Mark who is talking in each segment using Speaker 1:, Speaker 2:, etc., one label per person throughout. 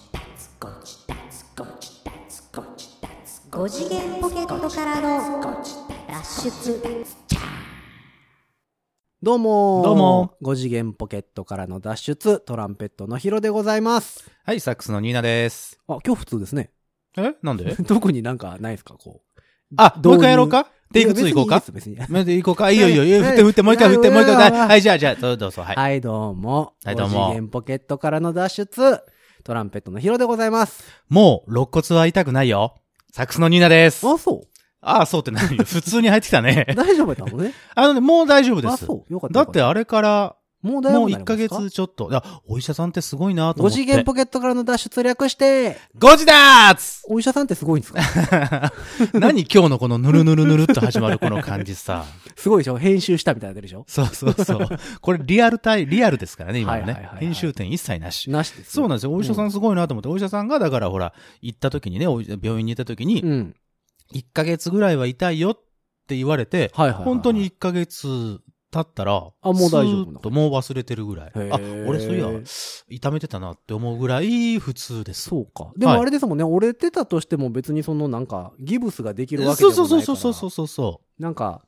Speaker 1: ゴチダツゴチダツゴチダツ5次元ポケットからの脱出
Speaker 2: どうもー
Speaker 3: どうも
Speaker 2: 5次元ポケットからの脱出、トランペットのヒロでございます。
Speaker 3: はい、サックスのニーナです。
Speaker 2: あ、今日普通ですね。
Speaker 3: えなんで
Speaker 2: 特になんかないですか、こう。
Speaker 3: あ、
Speaker 2: 導入
Speaker 3: もう一回やろうかテイク2いこうか
Speaker 2: 別にいいです別に
Speaker 3: もう一回行こうかいいよいいよいいよ、振って振って、もう一回振って、もう一回。はいはい、じゃあじゃあ、どうどうぞ、はい。
Speaker 2: はい、どうも。
Speaker 3: はいどうも
Speaker 2: 5次元ポケットからの脱出、トランペットのヒロでございます。
Speaker 3: もう、肋骨は痛くないよ。サックスのニーナです。
Speaker 2: あ、そ
Speaker 3: ああ、そうって 何よ。普通に入ってきた
Speaker 2: う。
Speaker 3: ね。
Speaker 2: 大丈夫だったのね。
Speaker 3: あのね、もう大丈夫で
Speaker 2: あ、
Speaker 3: す。
Speaker 2: そう。よかった。
Speaker 3: だってあれから、
Speaker 2: もう大丈
Speaker 3: も
Speaker 2: 夫
Speaker 3: う
Speaker 2: になり
Speaker 3: 1
Speaker 2: ま
Speaker 3: ヶ
Speaker 2: した
Speaker 3: 月ちょっと。いや、お医者さんってすごいなと思
Speaker 2: 5
Speaker 3: って。
Speaker 2: 次元ポケットからの脱出略して、
Speaker 3: ゴジだー つ
Speaker 2: お医者さんってすごいんですか
Speaker 3: 何今日のこのぬるぬるぬるっと始まるこの感じさ。
Speaker 2: すごいでしょ編集したみたいなの出るでしょ
Speaker 3: そうそうそう。これリアルタイ、リアルですからね、今の
Speaker 2: はいはいはい
Speaker 3: ね
Speaker 2: は。い
Speaker 3: 編集点一切なし。
Speaker 2: なしです。
Speaker 3: そうな
Speaker 2: ん
Speaker 3: んですよ。お医者さんすごいなと思って、お医者さんが、だからほら、行った時にね、お医病院に行った時
Speaker 2: う
Speaker 3: に、
Speaker 2: ん。
Speaker 3: 1ヶ月ぐらいは痛いよって言われて、
Speaker 2: はいはいはいはい
Speaker 3: 本当に1ヶ月経ったら、
Speaker 2: もう
Speaker 3: あ
Speaker 2: 大丈夫なの
Speaker 3: ともう忘れてるぐらい。あ
Speaker 2: へー、
Speaker 3: 俺そういや、痛めてたなって思うぐらい普通です。
Speaker 2: そうか。でも
Speaker 3: はい
Speaker 2: あれですもんね、折れてたとしても別にそのなんか、ギブスができるわけで
Speaker 3: そ
Speaker 2: も
Speaker 3: う
Speaker 2: ないか
Speaker 3: そ
Speaker 2: ら。
Speaker 3: うそうそうそうそうそ
Speaker 2: なんか、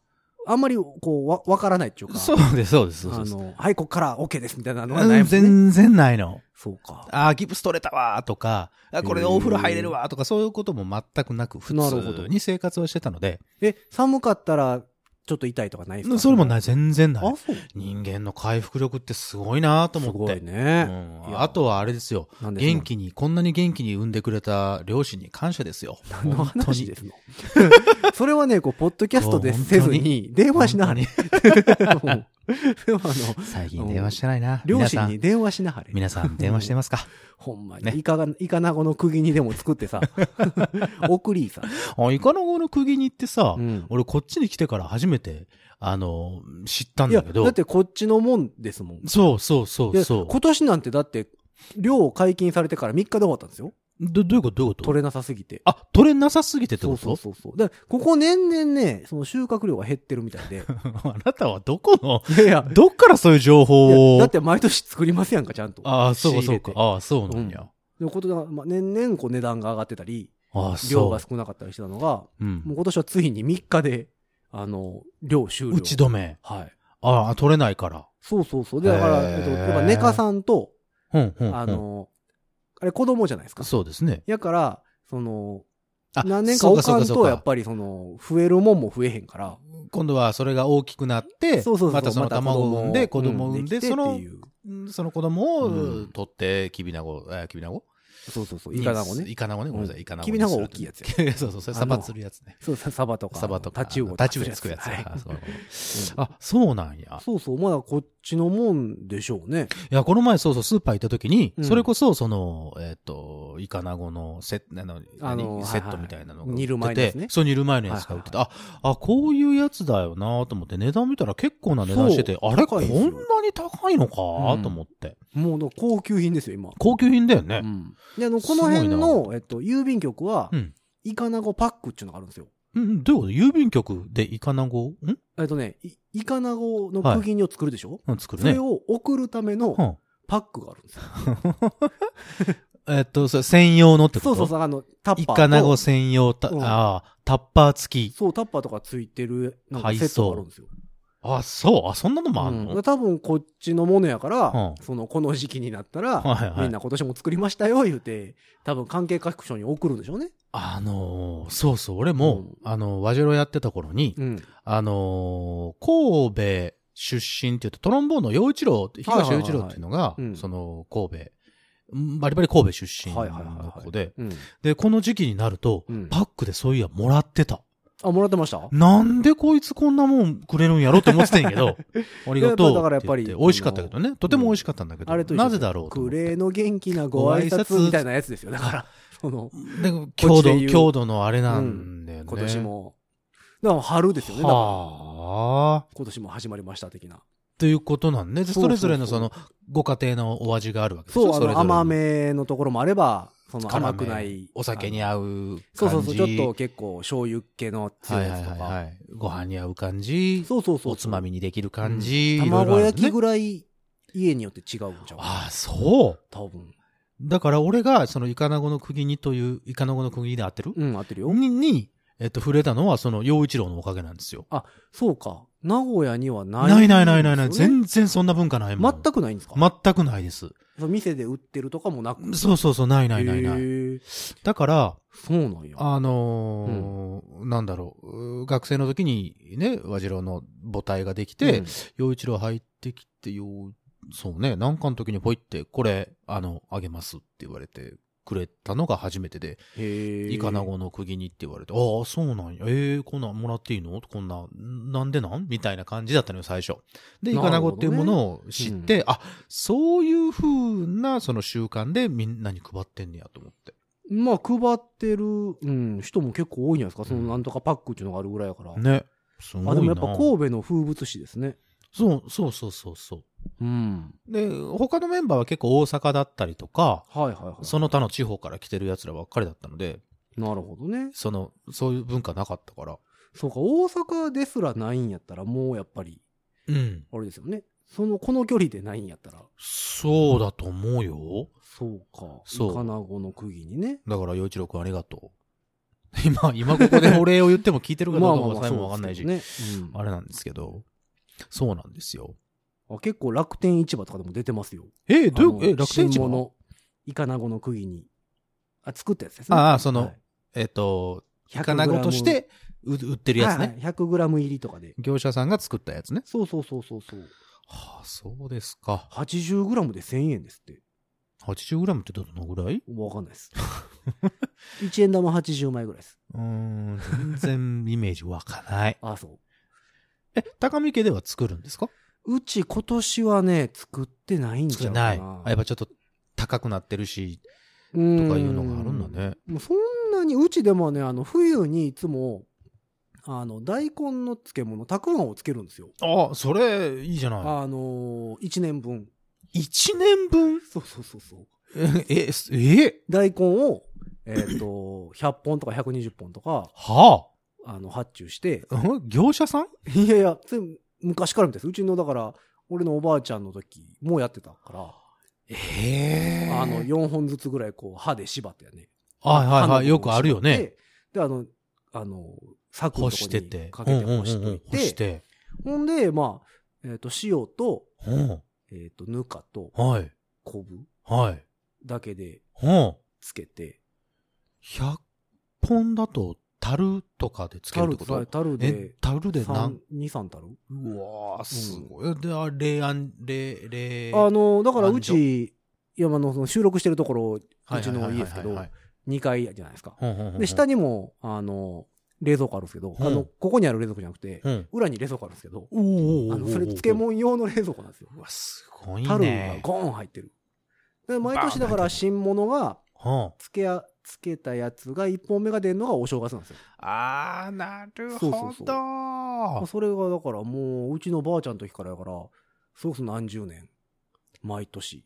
Speaker 2: あんまりこう、わ、わからないっていう
Speaker 3: う。
Speaker 2: か。
Speaker 3: そうです、そうです。そう
Speaker 2: あ
Speaker 3: です
Speaker 2: の、はい、こっから OK ですみたいなのがな
Speaker 3: う
Speaker 2: い
Speaker 3: ん
Speaker 2: もんね。
Speaker 3: 全然ないの。
Speaker 2: そうか。
Speaker 3: あーギブス取れたわーとか、あこれでお風呂入れるわーとか、そういうことも全くなく、普
Speaker 2: なるほど
Speaker 3: 通に生活をしてたので、
Speaker 2: え、寒かったら、ちょっと痛いとかないですか。
Speaker 3: それもないい、全然ない
Speaker 2: あ、。そう。
Speaker 3: 人間の回復力ってすごいなと
Speaker 2: す
Speaker 3: 思っ
Speaker 2: ご
Speaker 3: て。
Speaker 2: いね。
Speaker 3: うん
Speaker 2: いや
Speaker 3: あとはあれですよ。
Speaker 2: なんですの
Speaker 3: 元気に、こんなに元気に産んでくれた両親に感謝ですよ。
Speaker 2: 何の
Speaker 3: 本当
Speaker 2: 話
Speaker 3: に
Speaker 2: ですのそれはね、こう、ポッドキャストでせず
Speaker 3: そう本当
Speaker 2: に、電話しなはれ。うん でもあの、
Speaker 3: 最近電話してないな。
Speaker 2: 両
Speaker 3: 皆
Speaker 2: 親
Speaker 3: さ
Speaker 2: に
Speaker 3: ん、
Speaker 2: 電話しなはれ。
Speaker 3: 皆さん電話してますか
Speaker 2: ほんま
Speaker 3: ね
Speaker 2: に。イカが、イカナゴの釘にでも作ってさ、 送りさ。
Speaker 3: あ、イカの子の釘に行ってさ、
Speaker 2: うん
Speaker 3: 俺こっちに来てから初めて、あの、知ったん
Speaker 2: いや、
Speaker 3: だけ
Speaker 2: だ
Speaker 3: ど
Speaker 2: っ。てこっちのもんですもん。
Speaker 3: そうそうそう
Speaker 2: で
Speaker 3: そう。
Speaker 2: 今年なんてだって、漁解禁されてから3日で終わったんですよ。
Speaker 3: どどういうことどういうこと
Speaker 2: 取れなさすぎて。
Speaker 3: あ、取れなさすぎてって
Speaker 2: そ
Speaker 3: こ
Speaker 2: う
Speaker 3: と
Speaker 2: そうそうそう。だからここ年々ね、その収穫量が減ってるみたい で。
Speaker 3: あなたはどこの、
Speaker 2: いやいや、
Speaker 3: どっからそういう情報
Speaker 2: い
Speaker 3: を。
Speaker 2: やだって毎年作りますやんか、ちゃんと。
Speaker 3: ああ、そうか
Speaker 2: 仕
Speaker 3: そ
Speaker 2: 入
Speaker 3: う
Speaker 2: れて
Speaker 3: か。ああ、そうなんや。
Speaker 2: でことだからまあ、年々こう値段が上がってたり、
Speaker 3: ああ、
Speaker 2: 量
Speaker 3: そ
Speaker 2: が
Speaker 3: う。
Speaker 2: 少なかったりしてたのが、
Speaker 3: う。
Speaker 2: もうん今年はついに3日で、あの、量終了。
Speaker 3: 打ち止め。
Speaker 2: はい。
Speaker 3: ああ、取れないから。
Speaker 2: そうそうそう。で、だから、
Speaker 3: へー
Speaker 2: えっと、やっぱネカさんと、
Speaker 3: うん、うん。
Speaker 2: あの、あれ子供じゃないです
Speaker 3: う
Speaker 2: か。
Speaker 3: ん、そうですね。
Speaker 2: やから、その、
Speaker 3: あ
Speaker 2: 何年か
Speaker 3: そう
Speaker 2: 置かん
Speaker 3: そう
Speaker 2: と、
Speaker 3: か
Speaker 2: やっぱりその、増えるもんも増えへんから。
Speaker 3: 今度はそれが大きくなって、
Speaker 2: そうそうそう。
Speaker 3: またその卵を産んで、子供を産んで、
Speaker 2: きて
Speaker 3: その
Speaker 2: って、いう
Speaker 3: うんその子供
Speaker 2: う
Speaker 3: を
Speaker 2: ん
Speaker 3: 取って、きびなご、えーきびなご
Speaker 2: そうそうそう。イカナゴね。
Speaker 3: イカナゴね。ごめんなさい、イカナゴ。
Speaker 2: きびなご大きいやつ
Speaker 3: や。 そうそう、それサバ釣るやつね。
Speaker 2: そう、ササバとか。
Speaker 3: サバとか。
Speaker 2: タチウオ
Speaker 3: タチウオ作るやつ。
Speaker 2: はい
Speaker 3: あそう
Speaker 2: うん
Speaker 3: あ、そうなんや。
Speaker 2: そうそう。まだこっちのもんでしょうね。
Speaker 3: いや、この前、そうそう、スーパー行った時に、
Speaker 2: うん
Speaker 3: それこそ、その、えっ、と、イカナゴのセット、あの、
Speaker 2: あの
Speaker 3: 何
Speaker 2: はい
Speaker 3: セットみたいなのが売ってて、
Speaker 2: 煮る前のやつね
Speaker 3: そう、煮る前のやつが売ってて、あ、あ、こういうやつだよなと思って、値段見たら結構な値段してて、
Speaker 2: そう
Speaker 3: あれ、こ
Speaker 2: 高い
Speaker 3: んな
Speaker 2: ですよ
Speaker 3: に高いのか、と思って。
Speaker 2: もうだから高級品ですよ、今。
Speaker 3: 高級品だよ
Speaker 2: う
Speaker 3: ね。
Speaker 2: ん。で、あの、この辺
Speaker 3: すごい
Speaker 2: の、えっと、郵便局は
Speaker 3: う、ん。
Speaker 2: イカナゴパックっていうのがあるんですよ。
Speaker 3: うん、どういうこと郵便局でイカナゴん
Speaker 2: えっとね、いイカナゴの釘煮を作るでしょ
Speaker 3: うん作る
Speaker 2: それ
Speaker 3: ね。
Speaker 2: を送るため
Speaker 3: う
Speaker 2: の
Speaker 3: ん
Speaker 2: パックがあるんですよ。
Speaker 3: えっ、と、それ専用のってこと
Speaker 2: そうそうそう、あの、タッ
Speaker 3: イ
Speaker 2: パーと。
Speaker 3: カナゴ専用た、
Speaker 2: うん
Speaker 3: ああ、タッパー付き。
Speaker 2: そう、タッパーとかついてる、なんかセットがあるんですよ。
Speaker 3: あ、そう。あ、そんなのもあ
Speaker 2: うんん、
Speaker 3: の、
Speaker 2: だから多分こっちのものやから、
Speaker 3: うん
Speaker 2: その、この時期になったら、
Speaker 3: はいは
Speaker 2: み
Speaker 3: い
Speaker 2: ん。な今年も作りましたよ、言うて、多分関係各所に送るんでしょうね。
Speaker 3: あのーそうそう、俺も、あのー、和白やってた頃に、
Speaker 2: うん。
Speaker 3: あのー神戸出身って言うと、トロンボーンの陽一郎って、
Speaker 2: はいはい
Speaker 3: 東陽一郎っていうのが
Speaker 2: う、ん
Speaker 3: その、神戸、んバリバリ神戸出身
Speaker 2: はいはいはい
Speaker 3: の
Speaker 2: はい
Speaker 3: 子で、
Speaker 2: うん。
Speaker 3: で、この時期になると
Speaker 2: うん、
Speaker 3: パックでそういやもらってた。
Speaker 2: あ、もらってました
Speaker 3: なんでこいつこんなもんくれるんやろって思ってたん やけど、ありがとう。
Speaker 2: いやだからやっぱり
Speaker 3: て言て美味しかったけどね、とても美味しかったんだけ
Speaker 2: あれと
Speaker 3: ど、
Speaker 2: 一緒
Speaker 3: な
Speaker 2: です
Speaker 3: ぜだろうと思
Speaker 2: ク
Speaker 3: って。
Speaker 2: レーの元気なご挨
Speaker 3: ご挨拶
Speaker 2: 拶みたいなやつですよ。だ から、その、
Speaker 3: で強
Speaker 2: こっちで
Speaker 3: 度、
Speaker 2: 言う
Speaker 3: 強度のあれなんだよね。
Speaker 2: 今年。も。だから春ですよね。だから
Speaker 3: はあ。
Speaker 2: 今年も始まりました的な。
Speaker 3: ということなんね。で、
Speaker 2: そうそ
Speaker 3: そ
Speaker 2: うそ
Speaker 3: れ
Speaker 2: う
Speaker 3: ぞれのその、ご家庭のお味があるわけでし
Speaker 2: そ
Speaker 3: ょ
Speaker 2: う、あ
Speaker 3: れぞれ
Speaker 2: の、甘。めのところもあれば、その
Speaker 3: 辛め
Speaker 2: 甘くない。
Speaker 3: お酒に
Speaker 2: あ
Speaker 3: 合う
Speaker 2: の
Speaker 3: 感じ。
Speaker 2: そうそうそう、ちょっと結構醤油系の強
Speaker 3: はいい
Speaker 2: や
Speaker 3: は
Speaker 2: つ
Speaker 3: い
Speaker 2: と
Speaker 3: はい
Speaker 2: か。
Speaker 3: はい。ご飯に合う感じ。
Speaker 2: そうそうそう。
Speaker 3: おつまみにできる感じ。いろいろあ
Speaker 2: 卵
Speaker 3: るね
Speaker 2: 焼きぐらい家によって違うんちゃう
Speaker 3: ああ、そう。
Speaker 2: 多分。
Speaker 3: だから俺がそのイカナゴの釘にという、イカナゴの釘で合ってる、
Speaker 2: うん、合ってるよ。
Speaker 3: に、に、えっと、触れたのはその陽一郎のおかげなんですよ。
Speaker 2: そうか。名古屋にはない、
Speaker 3: ないないないないない、
Speaker 2: ですよね
Speaker 3: 全然そんな文化ないもん。
Speaker 2: 全くないんですか、
Speaker 3: 全く。ないです。
Speaker 2: その店で売ってるとかもなく。
Speaker 3: そうそうそう、ないないないな
Speaker 2: へ
Speaker 3: い。
Speaker 2: ー
Speaker 3: だから、
Speaker 2: そうなんや。
Speaker 3: あのーなんだろう、うー学生の時にね、和次郎の母体ができて、
Speaker 2: うん、
Speaker 3: 陽一郎入ってきて、よそうね、なんかの時にポイって、これ、あの、あげますって言われてくれたのが初めてで、
Speaker 2: へえ。
Speaker 3: イカナ。ゴの釘にって言われて、ああ、そうなんや。えー、こんなんもらっていいのこんなん、なんでなんみたいな感じだったのよ、最初。で、イ
Speaker 2: なるほどね
Speaker 3: カナゴっていうものを知って、あ、そういう風な、その習慣でみんなに配ってんねやと思って。
Speaker 2: まあ、配ってる、うん、人も結構多いんじゃないですか。その
Speaker 3: うん
Speaker 2: なんとかパックっていうのがあるぐらいやから。
Speaker 3: ね。すごいな。
Speaker 2: あ、でもやっぱ神戸の風物詩ですね。
Speaker 3: そう、そうそうそうそ
Speaker 2: うん。
Speaker 3: う。で、他のメンバーは結構大阪だったりとか、
Speaker 2: はいはいはい。
Speaker 3: その他の地方から来てる奴らばっかりだったので、
Speaker 2: なるほどね。
Speaker 3: その、そういう文化なかったから。
Speaker 2: そうか、大阪ですらないんやったら、もうやっぱり、
Speaker 3: うん。
Speaker 2: あれですよね。その、この距離でないんやったら、
Speaker 3: そうだと思うよ。
Speaker 2: そうか、
Speaker 3: そう
Speaker 2: イカナゴの釘にね。
Speaker 3: だから、陽一郎くんありがとう。 今、今ここでお礼を言っても聞いてるかどうかもさえもわかんないし、
Speaker 2: そうですけどね。
Speaker 3: あれなんですけど、そうなんですよ。
Speaker 2: うんあ結構楽天市場とかでも出てますよ。
Speaker 3: え、ど
Speaker 2: あ
Speaker 3: う
Speaker 2: の
Speaker 3: いう、え、楽天
Speaker 2: 新
Speaker 3: 市場
Speaker 2: 物イカナゴの釘に。あ、作ったやつですね。
Speaker 3: ああその
Speaker 2: はい
Speaker 3: えっと、イ
Speaker 2: 100
Speaker 3: カナゴとして売売ってるやつ
Speaker 2: はい
Speaker 3: ね。
Speaker 2: はい、100グラム入りとかで。
Speaker 3: 業者さんが作ったやつね。
Speaker 2: そうそうそうそうそう。
Speaker 3: はあ、そうですか。
Speaker 2: 80グラムで1000円ですって。
Speaker 3: 80g ってどのぐらい
Speaker 2: わかんない です。1円玉80枚ぐらいです。
Speaker 3: うーん、全然イメージ湧かない。
Speaker 2: あ、そ
Speaker 3: え、高見家では作るんですか
Speaker 2: う。うち今年はね、作ってないんじ
Speaker 3: 作れ
Speaker 2: ゃう
Speaker 3: な
Speaker 2: か
Speaker 3: い。
Speaker 2: な
Speaker 3: あ。やっぱちょっと高くなってるし、
Speaker 2: と
Speaker 3: とかいうのがあるんだね。
Speaker 2: もうそんなに、うちでもね、あの、冬にいつも、あの、大根の漬物、たくあんをつけるんですよ。
Speaker 3: ああ、それ、いいじゃな
Speaker 2: あのー、1年分。
Speaker 3: い。1年分
Speaker 2: そうそうそうそう。
Speaker 3: え、え、すえ
Speaker 2: 大根を、えっ、と、100本 とか120本とか、
Speaker 3: は
Speaker 2: あの、発注して、
Speaker 3: あ、うん業者さん
Speaker 2: いやいや、それ昔からみたいです。うちの、だから、俺のおばあちゃんの時もやってたか
Speaker 3: ええ
Speaker 2: ら、あの、4本ずつぐらい、こう、歯で縛ってやね。
Speaker 3: はいはい
Speaker 2: 歯の
Speaker 3: は
Speaker 2: 部
Speaker 3: い、
Speaker 2: 分
Speaker 3: よくあるよ
Speaker 2: 縛っ
Speaker 3: ね。
Speaker 2: て。で、あの、あの、柵のとこ
Speaker 3: 干し
Speaker 2: に
Speaker 3: てて。
Speaker 2: かけて干し
Speaker 3: うんうんうん
Speaker 2: とい。
Speaker 3: うん干してて。
Speaker 2: ほんで、まあ、えっ、と、塩と、
Speaker 3: うん。
Speaker 2: えっ、と、ぬかと、
Speaker 3: はい。
Speaker 2: 昆布
Speaker 3: はい。
Speaker 2: だけで
Speaker 3: うん。
Speaker 2: つけて、
Speaker 3: 100本だと、樽とかでつけるってこと
Speaker 2: 樽
Speaker 3: え
Speaker 2: で、、
Speaker 3: 樽で何
Speaker 2: 三二三樽
Speaker 3: うわー、すごい。で、あ冷暗、冷、冷。
Speaker 2: あの、だからう
Speaker 3: 何
Speaker 2: ち、山のその収録してるところ、うちの家ですけ
Speaker 3: はい
Speaker 2: ど
Speaker 3: はい、
Speaker 2: 2階じゃないですか。
Speaker 3: はいはいはい
Speaker 2: で、下にも、あの、冷蔵庫あるんですけど、
Speaker 3: うん
Speaker 2: あの、ここにある冷蔵庫じゃなくて、
Speaker 3: うん。
Speaker 2: 裏に冷蔵庫あるんですけど、
Speaker 3: おーおー
Speaker 2: あの、それ漬。物用の冷蔵庫なんですよ。
Speaker 3: うわ、すごいね。
Speaker 2: 樽がゴーン入ってる。で毎年だから新物が、
Speaker 3: は
Speaker 2: 漬けや、漬けたやつが1本目が出るのがお正月なんですよ。
Speaker 3: あ、あー、なる
Speaker 2: そう
Speaker 3: ほ
Speaker 2: そうまあ
Speaker 3: ど。
Speaker 2: それがだからもう、うちのばあちゃんの時からやから、それこそ何十年、毎年。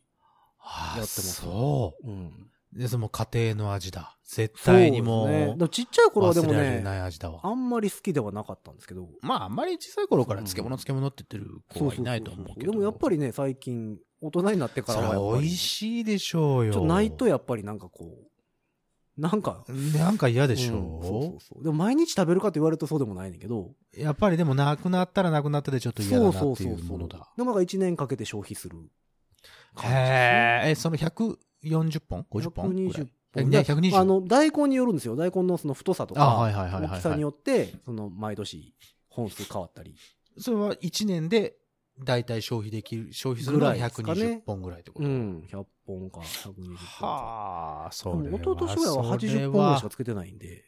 Speaker 2: やっ
Speaker 3: あー
Speaker 2: てます
Speaker 3: そ
Speaker 2: うん。
Speaker 3: う。で、その家庭の味だ。絶対にも
Speaker 2: そうですねだか
Speaker 3: う、
Speaker 2: らちっちゃい頃はで
Speaker 3: 忘
Speaker 2: も
Speaker 3: れられ
Speaker 2: ね、
Speaker 3: ない味だわ。
Speaker 2: あんまり好きではなかったんですけど、
Speaker 3: まあ、あんまり小さい頃から漬物漬物って言ってる子はいないと思うけど。
Speaker 2: でもやっぱりね、最近、大人になってか
Speaker 3: そ
Speaker 2: らは
Speaker 3: れ
Speaker 2: やっ
Speaker 3: は
Speaker 2: ぱ
Speaker 3: 美
Speaker 2: り、
Speaker 3: 味しいでしょう
Speaker 2: ちょっ
Speaker 3: よ。
Speaker 2: とないとやっぱりなんかこう、なんか、
Speaker 3: なんか嫌でしょ
Speaker 2: うんそうそうそう。でも毎日食べるかと言われるとそうでもないねんだけど、
Speaker 3: やっぱりでもなくなったらなくなったでちょっと嫌だなっていうものだ。
Speaker 2: でもなんか1年かけて消費する感じですね。
Speaker 3: へえ、えその140本 ?50 本ぐらい
Speaker 2: 120本。
Speaker 3: ね120
Speaker 2: あの、大根によるんですよ。大根のその太さと
Speaker 3: あ、はい
Speaker 2: か、
Speaker 3: はいはいはい、
Speaker 2: 大きさによって、その、毎年、本数変わったり。
Speaker 3: それは1年で大体消費できる、消費するのは120本ぐらいってこと。
Speaker 2: うん、100本か、120本か。
Speaker 3: はあ、そ
Speaker 2: で
Speaker 3: れ
Speaker 2: も
Speaker 3: は。
Speaker 2: 一昨年ぐらいは80本ぐらいしかつけてないんで。うん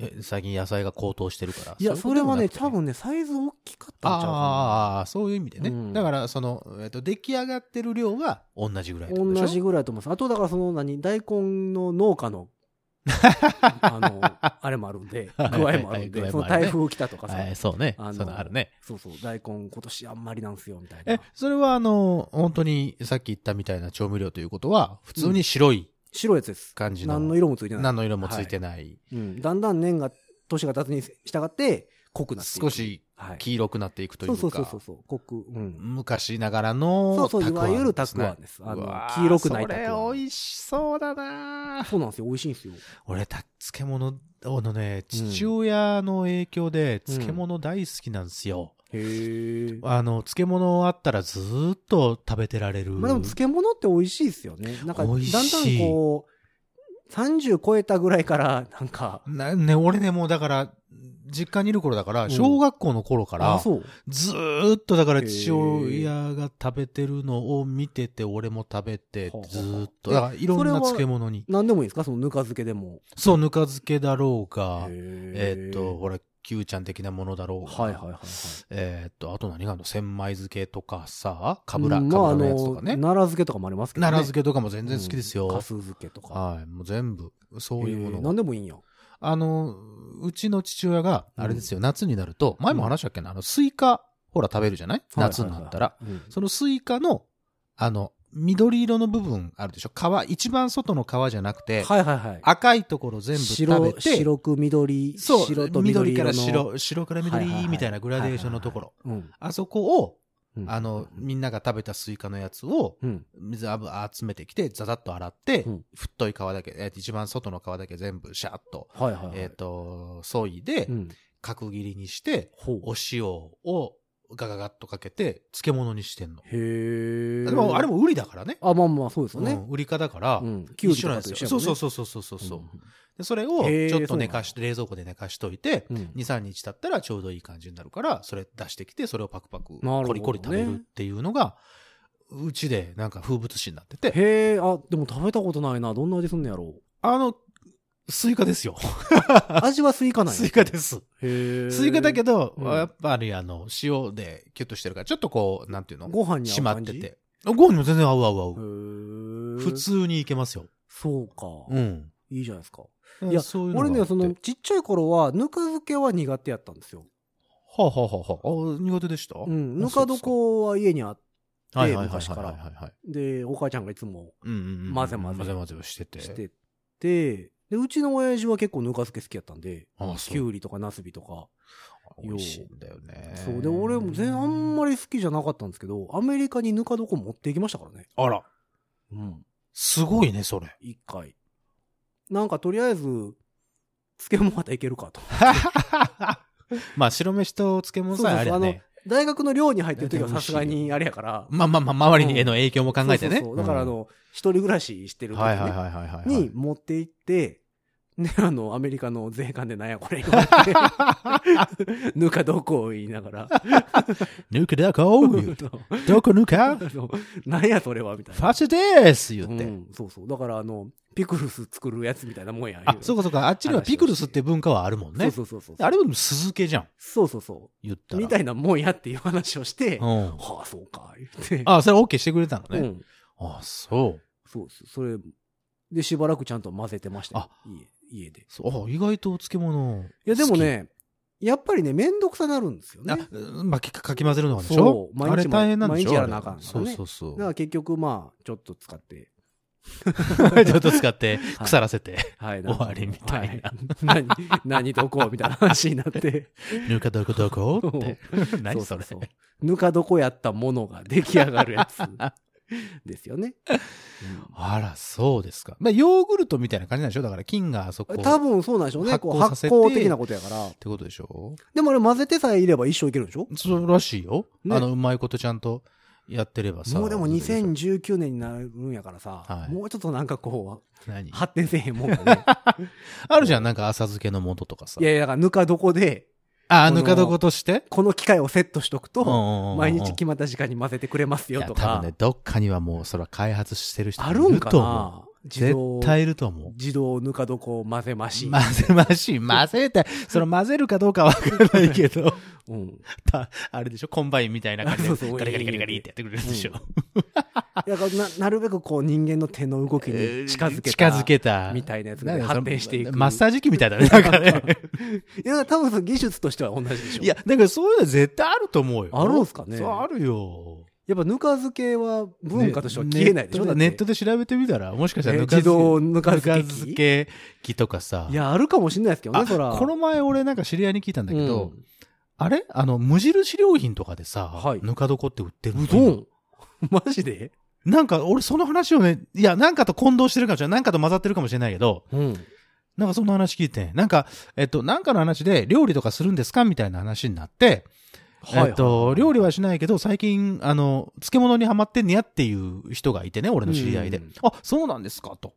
Speaker 3: え最近野菜が高騰してるから。
Speaker 2: いや、それはね、多
Speaker 3: そういうことになってる。
Speaker 2: 分ね、サイズ大きかったんちゃうか
Speaker 3: ああ、そういう意味でね。
Speaker 2: うん
Speaker 3: だから、その、えっと、出来上がってる量は同じぐらいってことで
Speaker 2: な。
Speaker 3: しょ
Speaker 2: 同じぐらいだと思います。あと、だからその何、大根の農家 の、あの、あれもあるんで、具合もあるん
Speaker 3: はいはいはい具合もあるね
Speaker 2: で、その台風来たとかさ、
Speaker 3: はい、そうね。
Speaker 2: あの
Speaker 3: そういうのあるね。
Speaker 2: そうそう、大根今年あんまりなんすよ、みたいな
Speaker 3: え。、それはあの、本当にさっき言ったみたいな調味料ということは、普通に白い
Speaker 2: 白いやつです。
Speaker 3: 感じの、
Speaker 2: 何の色もついてない。
Speaker 3: 何の色もついてない、
Speaker 2: うんだんだん年が、年が経つに従って、濃くなっていく
Speaker 3: 少し
Speaker 2: はい。
Speaker 3: 黄色くなっていくとい
Speaker 2: そうう
Speaker 3: か。
Speaker 2: そうそうそうそう。コク。うん。
Speaker 3: 昔ながらの
Speaker 2: そうそう
Speaker 3: たくあん
Speaker 2: いわゆるたくあんです
Speaker 3: ね
Speaker 2: あの
Speaker 3: うわー
Speaker 2: 黄色くないたくあん
Speaker 3: それ美味しそうだな
Speaker 2: そうなんですよ。美味しいんですよ。
Speaker 3: 俺た漬物あのね父親の影響で
Speaker 2: うん
Speaker 3: 漬物大好きなんですよ、
Speaker 2: へえ。
Speaker 3: あの漬物あったらずーっと食べてられる、
Speaker 2: まあでも漬物って美味しいですよね。なんか、だ
Speaker 3: 美味
Speaker 2: んだん
Speaker 3: しい
Speaker 2: こう、30超えたぐらいから、なんか、
Speaker 3: なね、俺ね、もうだから、実家にいる頃だから、
Speaker 2: うん
Speaker 3: 小学校の頃から、
Speaker 2: あ、そう。
Speaker 3: ずーっとだから
Speaker 2: へー
Speaker 3: 父親が食べてるのを見てて、俺も食べて
Speaker 2: はあは、あ
Speaker 3: ずーっと。だからいろん
Speaker 2: それ
Speaker 3: な
Speaker 2: は
Speaker 3: 漬物に。
Speaker 2: 何でもいいですかそのぬか漬けでも。
Speaker 3: そう、ぬか漬けだろうが、え
Speaker 2: え
Speaker 3: ーっと、ほら、キューちゃん的なものだろうが。
Speaker 2: はいはいはいはい。
Speaker 3: えーっと、あと何があるの千枚漬けとかさ、かぶら、
Speaker 2: う
Speaker 3: か
Speaker 2: ん
Speaker 3: ぶ
Speaker 2: まあ
Speaker 3: ら
Speaker 2: あ
Speaker 3: の
Speaker 2: の
Speaker 3: やつとかね。
Speaker 2: 奈良漬けとかもありますけどね。
Speaker 3: 奈良漬けとかも全然好きですよ。
Speaker 2: うんかす漬けとか。
Speaker 3: はい、もう全部、そういうも
Speaker 2: へ
Speaker 3: の
Speaker 2: ー
Speaker 3: が
Speaker 2: 何でもいいんや。
Speaker 3: あの、うちの父親が、あれですよ、夏になると、前も話したっけな、あの、スイカ、ほら食べるじゃない夏になったら。
Speaker 2: はいはいはい。
Speaker 3: そのスイカの、あの、緑色の部分あるでしょ皮、一番外の皮じゃなくて、
Speaker 2: はいはいはい。
Speaker 3: 赤いところ全部食べ
Speaker 2: 白、
Speaker 3: て、
Speaker 2: 白く緑、
Speaker 3: そう、
Speaker 2: 白と
Speaker 3: 緑
Speaker 2: 緑
Speaker 3: か
Speaker 2: 色の
Speaker 3: ら。白、白から
Speaker 2: はいはいは
Speaker 3: 緑
Speaker 2: い
Speaker 3: みたいなグラデーションのところ。
Speaker 2: うん。
Speaker 3: あそこを、
Speaker 2: うん
Speaker 3: あの、みんなが食べたスイカのやつを、
Speaker 2: うん。
Speaker 3: 水あぶ集めてきて、ザザッと洗って、
Speaker 2: うん
Speaker 3: 太い皮だけ、えー一番外の皮だけ全部シャーっと、
Speaker 2: はいはいはい。
Speaker 3: えっ、と、そいで、
Speaker 2: うん。
Speaker 3: 角切りにして、
Speaker 2: ほう。
Speaker 3: お塩をガガガッとかけて、漬物にしてん
Speaker 2: へ
Speaker 3: の。
Speaker 2: え。
Speaker 3: でも、あれ。も売りだからね。
Speaker 2: あ、まあまあ、そうですよ
Speaker 3: う
Speaker 2: ね。
Speaker 3: ん売りかだから、
Speaker 2: うん。キュウリ
Speaker 3: 一
Speaker 2: と
Speaker 3: 緒なん
Speaker 2: か
Speaker 3: で
Speaker 2: と
Speaker 3: すよ。
Speaker 2: 一緒や
Speaker 3: そ
Speaker 2: もん
Speaker 3: う
Speaker 2: ね
Speaker 3: そうそうそうそうそう。で、それ
Speaker 2: へ
Speaker 3: を、
Speaker 2: ー
Speaker 3: ちょっと寝かして、冷蔵庫で寝かしといて、
Speaker 2: うん。うん
Speaker 3: 2、3日経ったらちょうどいい感じになるから、それ出してきて、それをパクパク、
Speaker 2: なるほどね
Speaker 3: コリコリ食べるっていうのが、うちでなんか風物詩になってて、
Speaker 2: へえ、あ、でも食べたことないな。どんな味すんのやろ う。
Speaker 3: あの、スイカですよ。
Speaker 2: 味はスイカなんや
Speaker 3: スイカです。
Speaker 2: へえ。
Speaker 3: スイカだけ
Speaker 2: ど、
Speaker 3: ど、
Speaker 2: うん
Speaker 3: やっぱりあの、塩でキュッとしてるから、ちょっとこう、なんていうの
Speaker 2: ご飯に合
Speaker 3: 締
Speaker 2: う
Speaker 3: まっ
Speaker 2: 感じ
Speaker 3: て。て。ご飯にも全然合う合う合う。
Speaker 2: へえ。
Speaker 3: 普。通にいけますよ。
Speaker 2: そうか。
Speaker 3: うん。
Speaker 2: いいじゃないですか。
Speaker 3: い
Speaker 2: いや
Speaker 3: そういうのが
Speaker 2: 俺
Speaker 3: あ
Speaker 2: ね、
Speaker 3: って
Speaker 2: その、、ちっちゃい頃は、ぬか漬けは苦手やったんですよ。
Speaker 3: はあ、はあはあはあ、あ苦手でした
Speaker 2: うん。ぬか床は家にあっ
Speaker 3: はいはいはいはい
Speaker 2: 昔から
Speaker 3: はいはいはい。
Speaker 2: て、お母ちゃんがいつも
Speaker 3: うんうんうん。
Speaker 2: 混ぜ混ぜ
Speaker 3: 混ぜ混ぜをしてて。
Speaker 2: してて、で、うちの親父は結構ぬか漬け好きやったんで、
Speaker 3: ああ、
Speaker 2: きゅ
Speaker 3: そう。
Speaker 2: うりとかなすびとか。
Speaker 3: 美味しいんだよね。
Speaker 2: そう。で、俺も全然あんまり好きじゃなかったんですけど、アメリカにぬか床持って行きましたからね。
Speaker 3: あら、
Speaker 2: うん。
Speaker 3: すごいね、それ。
Speaker 2: 一回。なんかとりあえず、漬物またいけるかと。
Speaker 3: まあ、白飯と漬物さえあれば
Speaker 2: そうそうそ
Speaker 3: ね。
Speaker 2: うあの、大学の寮に入ってる時はさすがにあれやから。
Speaker 3: まあまあまあ、周りにへの影響も考えてね。
Speaker 2: そうそうそうだからあ
Speaker 3: うん、
Speaker 2: の、一人暮らししてる時ね
Speaker 3: はいはいはいはいはい。
Speaker 2: に持って行って、ね、あの、アメリカの税関でなんやこれ言われて ぬか床を言いながら。
Speaker 3: 抜けだかを言 うて。どこ抜かフ
Speaker 2: あのなんやそれはみたいな。
Speaker 3: ァッションです言って。
Speaker 2: うんそうそう。だから、あの、ピクルス作るやつみたいなもんや。
Speaker 3: あ、そううかそうか。あっちにはピクルスって文化はあるもんね。
Speaker 2: そうそうそうそう。
Speaker 3: あれはでも酢漬けじゃん。
Speaker 2: そうそうそ
Speaker 3: 言った
Speaker 2: う。
Speaker 3: ら。
Speaker 2: みたいなもんやっていう話をして、
Speaker 3: う
Speaker 2: は
Speaker 3: ん。
Speaker 2: あ、そうか、言って。
Speaker 3: あ、それ OK してくれたの
Speaker 2: う
Speaker 3: ね。
Speaker 2: ん。
Speaker 3: あ、そう。
Speaker 2: そうです。それ、で、しばらくちゃんと混ぜてましたよ。家、家で。
Speaker 3: そうあ、意外とお漬物。
Speaker 2: いや、でもね、やっぱりね、めんどくさなるんですよ
Speaker 3: 好き。あ
Speaker 2: ね。、
Speaker 3: うんまあ、かかき混ぜるのがでし
Speaker 2: そ
Speaker 3: ょ
Speaker 2: う毎日
Speaker 3: あれ大変なんでし
Speaker 2: 毎
Speaker 3: ょ
Speaker 2: 日やらなあかん
Speaker 3: れ
Speaker 2: から
Speaker 3: そう
Speaker 2: ね
Speaker 3: そうそ
Speaker 2: だか
Speaker 3: う。
Speaker 2: ら結局、まあ、ちょっと使って。
Speaker 3: ちょっと使って、腐らせて、
Speaker 2: はい、
Speaker 3: 終わりみたい
Speaker 2: な。
Speaker 3: な。
Speaker 2: はい、何、何どこみたいな話になって。
Speaker 3: ぬかどこど こって。何それ。
Speaker 2: うううぬか床やったものが出来上がる やつですよね。
Speaker 3: あら、そうですか。まあ、ヨーグルトみたいな感じなんでしょだから菌があそこ。
Speaker 2: 多
Speaker 3: っ
Speaker 2: 分そうなんでしょうね。
Speaker 3: 発
Speaker 2: こ
Speaker 3: 酵
Speaker 2: う
Speaker 3: さ
Speaker 2: 発
Speaker 3: せて
Speaker 2: 酵的なことやから。
Speaker 3: てことでしょ
Speaker 2: でもあれ混ぜてさえいれば一生いけるんでしょ
Speaker 3: そうらしいよ。
Speaker 2: ね
Speaker 3: あの、うまいことちゃんとやってればさ。
Speaker 2: もうでも2019年になるんやからさ、
Speaker 3: はい
Speaker 2: もうちょっとなんかこ
Speaker 3: 何
Speaker 2: う、発展せえへんもんか ね。
Speaker 3: あるじゃん、なんか浅漬けの素とかさ
Speaker 2: い。やいや、だからぬか床で、
Speaker 3: あ、
Speaker 2: この
Speaker 3: ぬか床として
Speaker 2: この機械をセットしとくと、毎日
Speaker 3: き
Speaker 2: 決まった時間に混ぜてくれますよと
Speaker 3: 多分
Speaker 2: か
Speaker 3: ね、、どっかにはもう、それは開発してる人
Speaker 2: あるん
Speaker 3: い
Speaker 2: か
Speaker 3: と思う。
Speaker 2: な自動
Speaker 3: 絶、対いると思う。
Speaker 2: 自動ぬか床混ぜまし。
Speaker 3: 混ぜまし、混ぜて、その混ぜるかどうかわからないけど、
Speaker 2: うん。
Speaker 3: たあれでしょ、コンバインみたいな感 じ
Speaker 2: そうそう
Speaker 3: で、ガリガリガリガリってやってくれるでしょ。
Speaker 2: だからななるべくこう人間の手の動きに近づけた。
Speaker 3: 近づけた。
Speaker 2: みたいなやつ
Speaker 3: なん
Speaker 2: が
Speaker 3: か
Speaker 2: 発展して いく。
Speaker 3: マッサージ機みたいだね、なんかね。
Speaker 2: いや、多分その技術としては同じでしょ。
Speaker 3: いや、だからそういうの絶対あると思うよ。
Speaker 2: あるんすかね
Speaker 3: そう、あるよ。
Speaker 2: やっぱぬか漬けは文化としては消えないでしょ、
Speaker 3: ね
Speaker 2: だって
Speaker 3: ネットで調べてみたら、もしかしたら
Speaker 2: え
Speaker 3: ぬか漬け
Speaker 2: 自動ぬか
Speaker 3: ぬ
Speaker 2: 漬
Speaker 3: か
Speaker 2: け
Speaker 3: 漬け機とかさ。
Speaker 2: いや、あるかもしれないですけど
Speaker 3: あ
Speaker 2: ね、そら。
Speaker 3: この前俺なんか知り合いに聞いたんだけど、
Speaker 2: うん
Speaker 3: あれあの、無印良品とかでさ、
Speaker 2: はい
Speaker 3: ぬか床って売ってるの
Speaker 2: うどんマジで
Speaker 3: なんか、俺その話をね、いや、なんかと混同してるかもしれない。なんかと混ざってるかもしれないけど、
Speaker 2: うん。
Speaker 3: なんかそんな話聞いて、なんか、えっと、なんかの話で料理とかするんですかみたいな話になって、えっと、料理はしないけど、最近、あの、漬物にハマってんねやっていう人がいてね、俺の知り合いで。
Speaker 2: うん
Speaker 3: あ、そうなんですかと。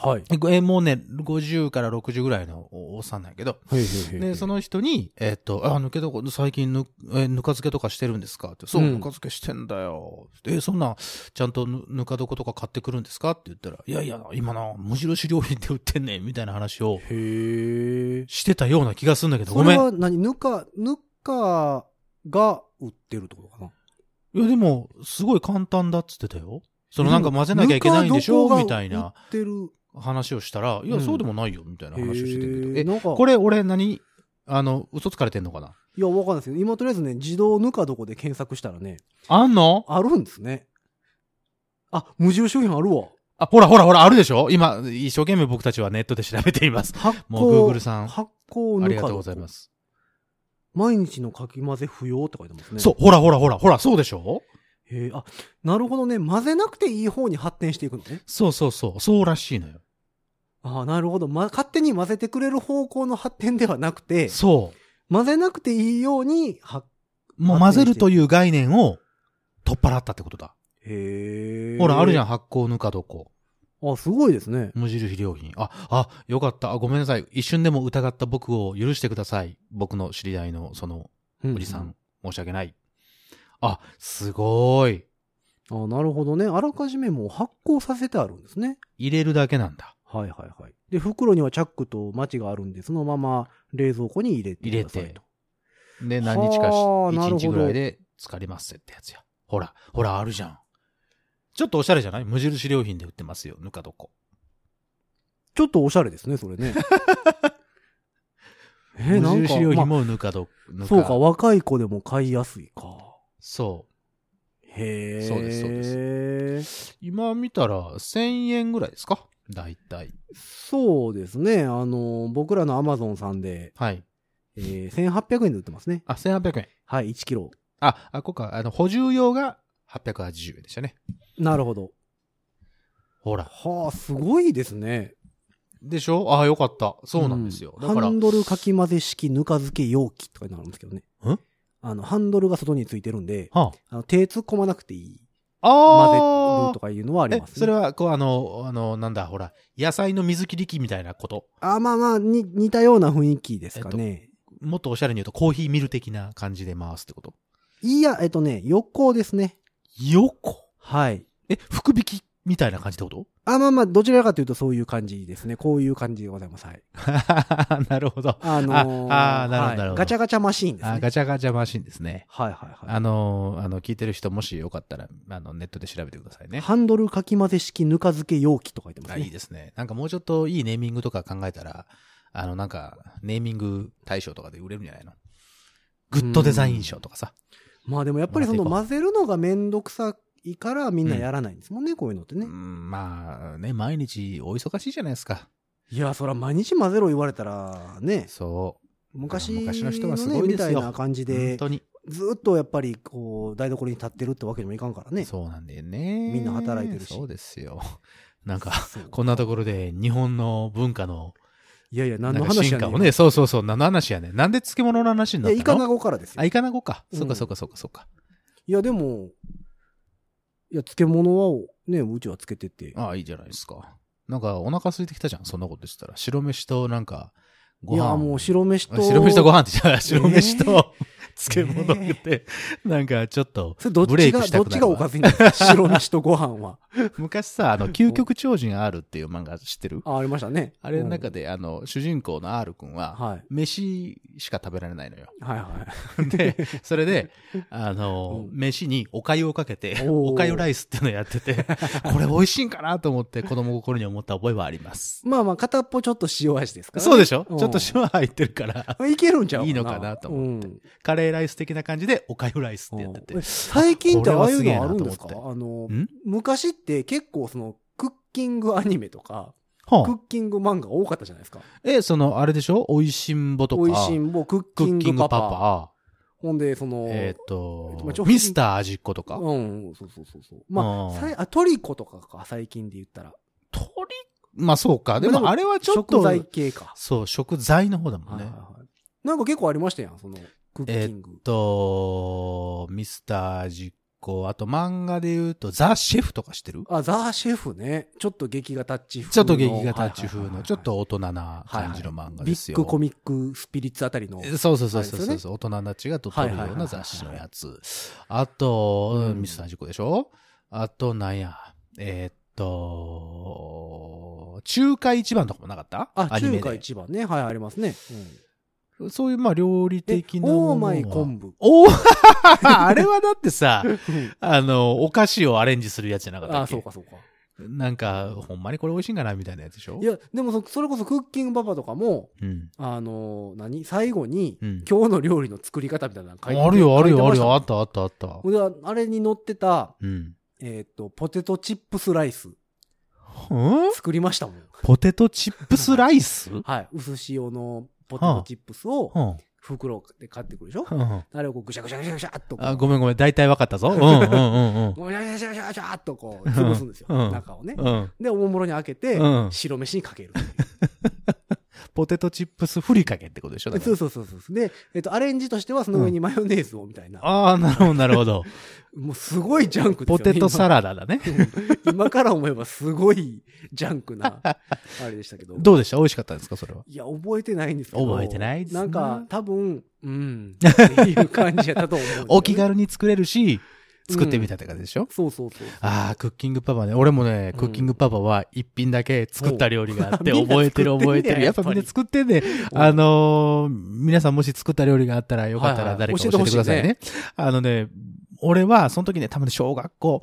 Speaker 2: はい。
Speaker 3: ええもうね、50から60ぐらいのおっさんなんやけど、
Speaker 2: へいへいへい
Speaker 3: で、その人に、えっと、あ、抜けどこ、最近ぬ、えぬか漬けとかしてるんですかって、そう、
Speaker 2: うん
Speaker 3: ぬか漬けしてんだよ。え、そんな、ちゃんとぬぬか床とか買ってくるんですかって言ったら、いやいや、今な、無印良品で売ってんねん、みたいな話を
Speaker 2: へえ。
Speaker 3: してたような気がするんだけど、
Speaker 2: そ
Speaker 3: ご
Speaker 2: れ
Speaker 3: めん。
Speaker 2: は何ぬか、ぬかが売ってるってことかな。
Speaker 3: いや、でも、すごい簡単だっつってたよ。そのなんか混ぜなきゃいけないんでしょみたいな
Speaker 2: ぬか床が売ってる。
Speaker 3: 話をしたら、いや、
Speaker 2: うん
Speaker 3: そうでもないよ、みたいな話をしててん
Speaker 2: へ
Speaker 3: け
Speaker 2: ー
Speaker 3: ど。
Speaker 2: なんか
Speaker 3: え、これ俺何あの、嘘つかれてんのかない
Speaker 2: や、わかんないですけど、今とりあえずね、自動ぬか床で検索したらね、
Speaker 3: あんの
Speaker 2: あるんですね。あ、無印商品あるわ。
Speaker 3: あ、ほらほらほら、あるでしょ今、一生懸命僕たちはネットで調べています。
Speaker 2: 発酵。
Speaker 3: もう Google さん
Speaker 2: 発酵ぬか床。。
Speaker 3: ありがとうございますす。
Speaker 2: 毎日のかき混ぜ不要って書いてますね。。
Speaker 3: そうう、ほらほらほら、ほら、そうでしょ
Speaker 2: へえ、あ、なるほどね。混ぜなくていい方に発展していくのね。
Speaker 3: そうそうそう、そうらしいのよ。
Speaker 2: ああ、なるほど。ま、勝手に混ぜてくれる方向の発展ではなくて、
Speaker 3: そ
Speaker 2: 混ぜなくていいように発、
Speaker 3: う。もう混ぜるという概念を取っ払ったってことだ。
Speaker 2: へえ。
Speaker 3: ほら、あるじゃ
Speaker 2: ん。
Speaker 3: ん、発酵ぬか床。
Speaker 2: あ、すごいですね。
Speaker 3: 無印良品。あ、あ、よかった。あごめんなさい。一瞬でも疑った僕を許してください。僕の知り合いの、その、
Speaker 2: う
Speaker 3: おじさん。。申し訳ない。あ、すごい。
Speaker 2: あなるほどね。あらかじめもう発酵させてあるんですね。
Speaker 3: 入れるだけなんだ。
Speaker 2: はいはいはい。で、袋にはチャックとマチがあるんで、そのまま冷蔵庫に入れてくださいと。
Speaker 3: で、
Speaker 2: はー
Speaker 3: 何日かし、
Speaker 2: なる
Speaker 3: 1
Speaker 2: ほ
Speaker 3: 日
Speaker 2: ど
Speaker 3: ぐらいで疲れますってやつや。ほら、ほら、あるじゃん。ちょっとおしゃれじゃない無印良品で売ってますよ、ぬか床。
Speaker 2: ちょっとおしゃれですね、それ ね。えー、
Speaker 3: 無
Speaker 2: なん
Speaker 3: 印良
Speaker 2: か、
Speaker 3: 品
Speaker 2: ま
Speaker 3: もぬか床。
Speaker 2: あ、
Speaker 3: ぬ
Speaker 2: そうか、。若い子でも買いやすいか。
Speaker 3: そう。
Speaker 2: へえ。
Speaker 3: そうですそう
Speaker 2: で
Speaker 3: 今見たら1000円ぐらいですか大体。
Speaker 2: す。そうですね。あの、僕らのアマゾンさんで、
Speaker 3: はい。
Speaker 2: えー、1800円で売ってますね。
Speaker 3: あ、1800円。
Speaker 2: はい、1キロ。
Speaker 3: あ、あ、ここか、あの、補充用が880円でしたね。
Speaker 2: なるほど。
Speaker 3: ほら。
Speaker 2: はあ、すごいですね。
Speaker 3: でしょああ、よかった。そうなんですよ。
Speaker 2: うん
Speaker 3: だから
Speaker 2: ハン、ドルかき混ぜ式ぬか漬け容器とかになるんですけどね。
Speaker 3: ん
Speaker 2: あの、ハンドルが外についてるんで、
Speaker 3: は
Speaker 2: あの手突っ込まなくていい。
Speaker 3: あ、
Speaker 2: 混ぜ
Speaker 3: あ
Speaker 2: るとかいうのはあ
Speaker 3: あ
Speaker 2: り
Speaker 3: え
Speaker 2: ます、ね。
Speaker 3: それは、こう、あの、あの、なんだ、ほら、野菜の水切り器みたいなこと。
Speaker 2: あ、まあまあ、に似たような雰囲気ですかね。
Speaker 3: もっとおしゃれに言うと、コーヒーミル的な感じで回すってこと。
Speaker 2: いや、えっとね、横ですね。
Speaker 3: 横
Speaker 2: はい。
Speaker 3: え、福引きみたいな感じってこと
Speaker 2: あ、まあまあ、どちらかというとそういう感じですね。こういう感じでございます。はい。
Speaker 3: なるほど。
Speaker 2: あのー
Speaker 3: ああーなるほどなるほど
Speaker 2: はいガチャガチャマシーンです
Speaker 3: あ
Speaker 2: ね。
Speaker 3: ガチャガチャマシンですね。
Speaker 2: はいはいは
Speaker 3: あのー、あの、聞いてる人、もしよかったら、あの、ネットで調べてください
Speaker 2: い。
Speaker 3: ね。
Speaker 2: ハンドルかき混ぜ式ぬか漬け容器と書いてます
Speaker 3: あ
Speaker 2: ね。
Speaker 3: いいです ね。なんかもうちょっといいネーミングとか考えたら、あの、なんか、ネーミング大賞とかで売れるんじゃないのグッドデザイン賞とかさ。
Speaker 2: まあでもやっぱりその
Speaker 3: もら
Speaker 2: 混ぜるのがめんどくさいからみんなやらないんですもんね、こういうのって
Speaker 3: う
Speaker 2: ね。
Speaker 3: ん、まあ、ね、毎日お忙しいじゃないですか。
Speaker 2: いや、そら毎日混ぜろ言われたらね、
Speaker 3: そ
Speaker 2: 昔の,、ね、
Speaker 3: 昔の人はすごいですよ
Speaker 2: みたいな感じ
Speaker 3: う。本
Speaker 2: で、
Speaker 3: 当に。
Speaker 2: ずっとやっぱりこう、台所に立ってるってわけにもいかんからね。
Speaker 3: そうなんだよね。
Speaker 2: みんな働いてるし
Speaker 3: そうですよ。なんか、
Speaker 2: そう
Speaker 3: こんなところで日本の文化の、
Speaker 2: いやいや、
Speaker 3: な
Speaker 2: 何の
Speaker 3: んか
Speaker 2: 話や
Speaker 3: 進化
Speaker 2: ね
Speaker 3: を
Speaker 2: ん。
Speaker 3: ね、そうそうそう、何の話やねん。なんで漬物の話に
Speaker 2: い
Speaker 3: な
Speaker 2: や、
Speaker 3: ったの
Speaker 2: イカナゴからですよ。
Speaker 3: あ、イカナゴか。
Speaker 2: うん
Speaker 3: そっかそっかそっかそっか。
Speaker 2: いや、でも、いや、漬物はね、うちはつけてて。
Speaker 3: ああ、いいじゃないですか。なんか、お腹空いてきたじゃん、そんなことしたら。白飯と、なんか、ご
Speaker 2: い
Speaker 3: 飯。
Speaker 2: や、もう白飯と。
Speaker 3: 白飯とご
Speaker 2: 飯。
Speaker 3: 飯ってじゃあ、白飯と、漬物
Speaker 2: ええ
Speaker 3: 食って、なんか、ちょっと、
Speaker 2: それどっ
Speaker 3: ブレ
Speaker 2: ち
Speaker 3: イク
Speaker 2: が、
Speaker 3: した
Speaker 2: どっ
Speaker 3: くな
Speaker 2: ち
Speaker 3: る
Speaker 2: がお
Speaker 3: わ
Speaker 2: かずになるんですか白飯とご飯 は。
Speaker 3: 昔さ、あ の、究極超人 R っていう漫画知ってる
Speaker 2: あ、ありましたね。
Speaker 3: あれの中
Speaker 2: で。
Speaker 3: で、あの、主人公の R 君は、
Speaker 2: はい。
Speaker 3: 飯しか食べられない のよ。
Speaker 2: はいはい。
Speaker 3: で、それで、あの、
Speaker 2: う
Speaker 3: 飯にお粥をかけて、
Speaker 2: おー
Speaker 3: お粥ライスっていうのをやってて、これ美味しいんかなと思って子供心に思った覚えはあります。
Speaker 2: まあまあ、片っぽちょっと塩味ですからね、
Speaker 3: そうでしょ、
Speaker 2: うん
Speaker 3: ちょっと塩入ってるから、
Speaker 2: いけるんちゃう
Speaker 3: いいのかなと思って
Speaker 2: うん
Speaker 3: カレーライス的な感じでお粥ライスってやってて
Speaker 2: うん。最近ってああいうのあるんですか
Speaker 3: これ
Speaker 2: あの
Speaker 3: ん、
Speaker 2: 昔って結構その、クッキングアニメとか、
Speaker 3: は
Speaker 2: クッキング漫画多かったじゃないですか。
Speaker 3: え、その、あれでしょ美味しんぼとか。
Speaker 2: おいしんぼ、クッ
Speaker 3: ク
Speaker 2: キン
Speaker 3: ッキン
Speaker 2: グ
Speaker 3: グパ
Speaker 2: パ
Speaker 3: パ。
Speaker 2: パ。ほんで、その、
Speaker 3: えっと
Speaker 2: まあちょ、
Speaker 3: ミスター味っ子とか。
Speaker 2: うん、そうそうそうそう。ま
Speaker 3: あー
Speaker 2: あ、さいあトリコとかか、最近で言ったら。
Speaker 3: 鳥まあそうか。で
Speaker 2: で
Speaker 3: も
Speaker 2: も
Speaker 3: あれはちょっ
Speaker 2: 食
Speaker 3: と、
Speaker 2: 材系か。
Speaker 3: そう、食材の方だもん
Speaker 2: はいは
Speaker 3: ね
Speaker 2: い。はい。なんか結構ありましたやん、その、クッキング。
Speaker 3: と、ミスター味っ子、あと漫画で言うと、ザ・シェフとか知ってる
Speaker 2: あ、ザーシェフね。ちょっと劇画タッチ風の。
Speaker 3: ちょっと劇画タッチ風
Speaker 2: はいはいはいは
Speaker 3: の、
Speaker 2: い
Speaker 3: ちょっと大人な感じの漫画ですよ。
Speaker 2: ビッグコミックスピリッツあたりの。
Speaker 3: そうそうそうそう
Speaker 2: あれ
Speaker 3: そう、
Speaker 2: です
Speaker 3: 大人たちが撮ってる
Speaker 2: はい
Speaker 3: よ
Speaker 2: は
Speaker 3: う
Speaker 2: いはいは
Speaker 3: ない雑誌のやつ。あと、
Speaker 2: うん
Speaker 3: ミスタージコでしょあと、なんや、えーっと、中華一番とかもなかった
Speaker 2: あ、中華
Speaker 3: で
Speaker 2: 一番ね。はい、ありますね。
Speaker 3: そういう、まあ、料理
Speaker 2: うん、え
Speaker 3: 的、なものは。
Speaker 2: オーマイ昆布。
Speaker 3: おーあれはだってさ、あの、お菓子をアレンジするやつ じゃなかった
Speaker 2: あ、
Speaker 3: っけ
Speaker 2: そうかそうか。
Speaker 3: なんか、ほんまにこれ美味しいんかなみたいなやつでしょ
Speaker 2: い、や、でもそ、それこそクッキングパパとかも、
Speaker 3: うん。
Speaker 2: あのー、何最後に、
Speaker 3: うん。
Speaker 2: 今日の料理の作り方みたいなの書いて
Speaker 3: あるよ、あるよ、あるよ、あ
Speaker 2: あ
Speaker 3: っ。た、あった、あった。
Speaker 2: ほんでああれに乗ってた、
Speaker 3: うん。
Speaker 2: えっ、と、ポテトチップスライス、
Speaker 3: うん
Speaker 2: 作りましたもん。
Speaker 3: ポテトチップスライスうん。
Speaker 2: はい。薄塩のポテトチップスを
Speaker 3: うん
Speaker 2: 袋で買ってくるでしょ、
Speaker 3: うん
Speaker 2: あれをこうぐしゃぐしゃぐしゃぐしゃっとこう。
Speaker 3: あごめんごめん、大体わかったぞ。うんうんうん
Speaker 2: ぐしゃぐしゃぐしゃぐしゃっとこう、潰すんですよ。
Speaker 3: うん
Speaker 2: 中をね。
Speaker 3: うん。うん。
Speaker 2: で、おもむろに開けて
Speaker 3: うん、
Speaker 2: 白飯にかける。
Speaker 3: ポテトチップスふりかけってことでしょだから
Speaker 2: そうそうそうそう。で、えっと、アレンジとしてはその上にマヨネーズをみたいな。
Speaker 3: ああ、なるほど、なるほ ど。
Speaker 2: もうすごいジャンクですよ
Speaker 3: ポ
Speaker 2: ね。
Speaker 3: テトサラダだね。
Speaker 2: 今今から思えばすごいジャンク な、あれでしたけど。
Speaker 3: どうでした美味しかったですかそれは。
Speaker 2: いや、覚えてないんですけど。
Speaker 3: 覚えてないですな
Speaker 2: なんか、多分、うん、っていう感じやったと思うんですよね、
Speaker 3: お気軽に作れるし、作ってみたって感じでしょ、
Speaker 2: そうそうそう。
Speaker 3: ああ、クッキングパパね。俺もね、
Speaker 2: うん
Speaker 3: クッキングパパは一品だけ作った料理があって、
Speaker 2: おう
Speaker 3: 覚えてる
Speaker 2: みんな作って
Speaker 3: 覚
Speaker 2: んね
Speaker 3: えてる。やっぱ
Speaker 2: やっぱ
Speaker 3: み
Speaker 2: り
Speaker 3: んな作ってんね。あのー皆さんもし作った料理があったら、よかっ
Speaker 2: はい
Speaker 3: たら
Speaker 2: はい
Speaker 3: 誰か教えてくださいね。あのね、俺はその時ね、多分ね小学校、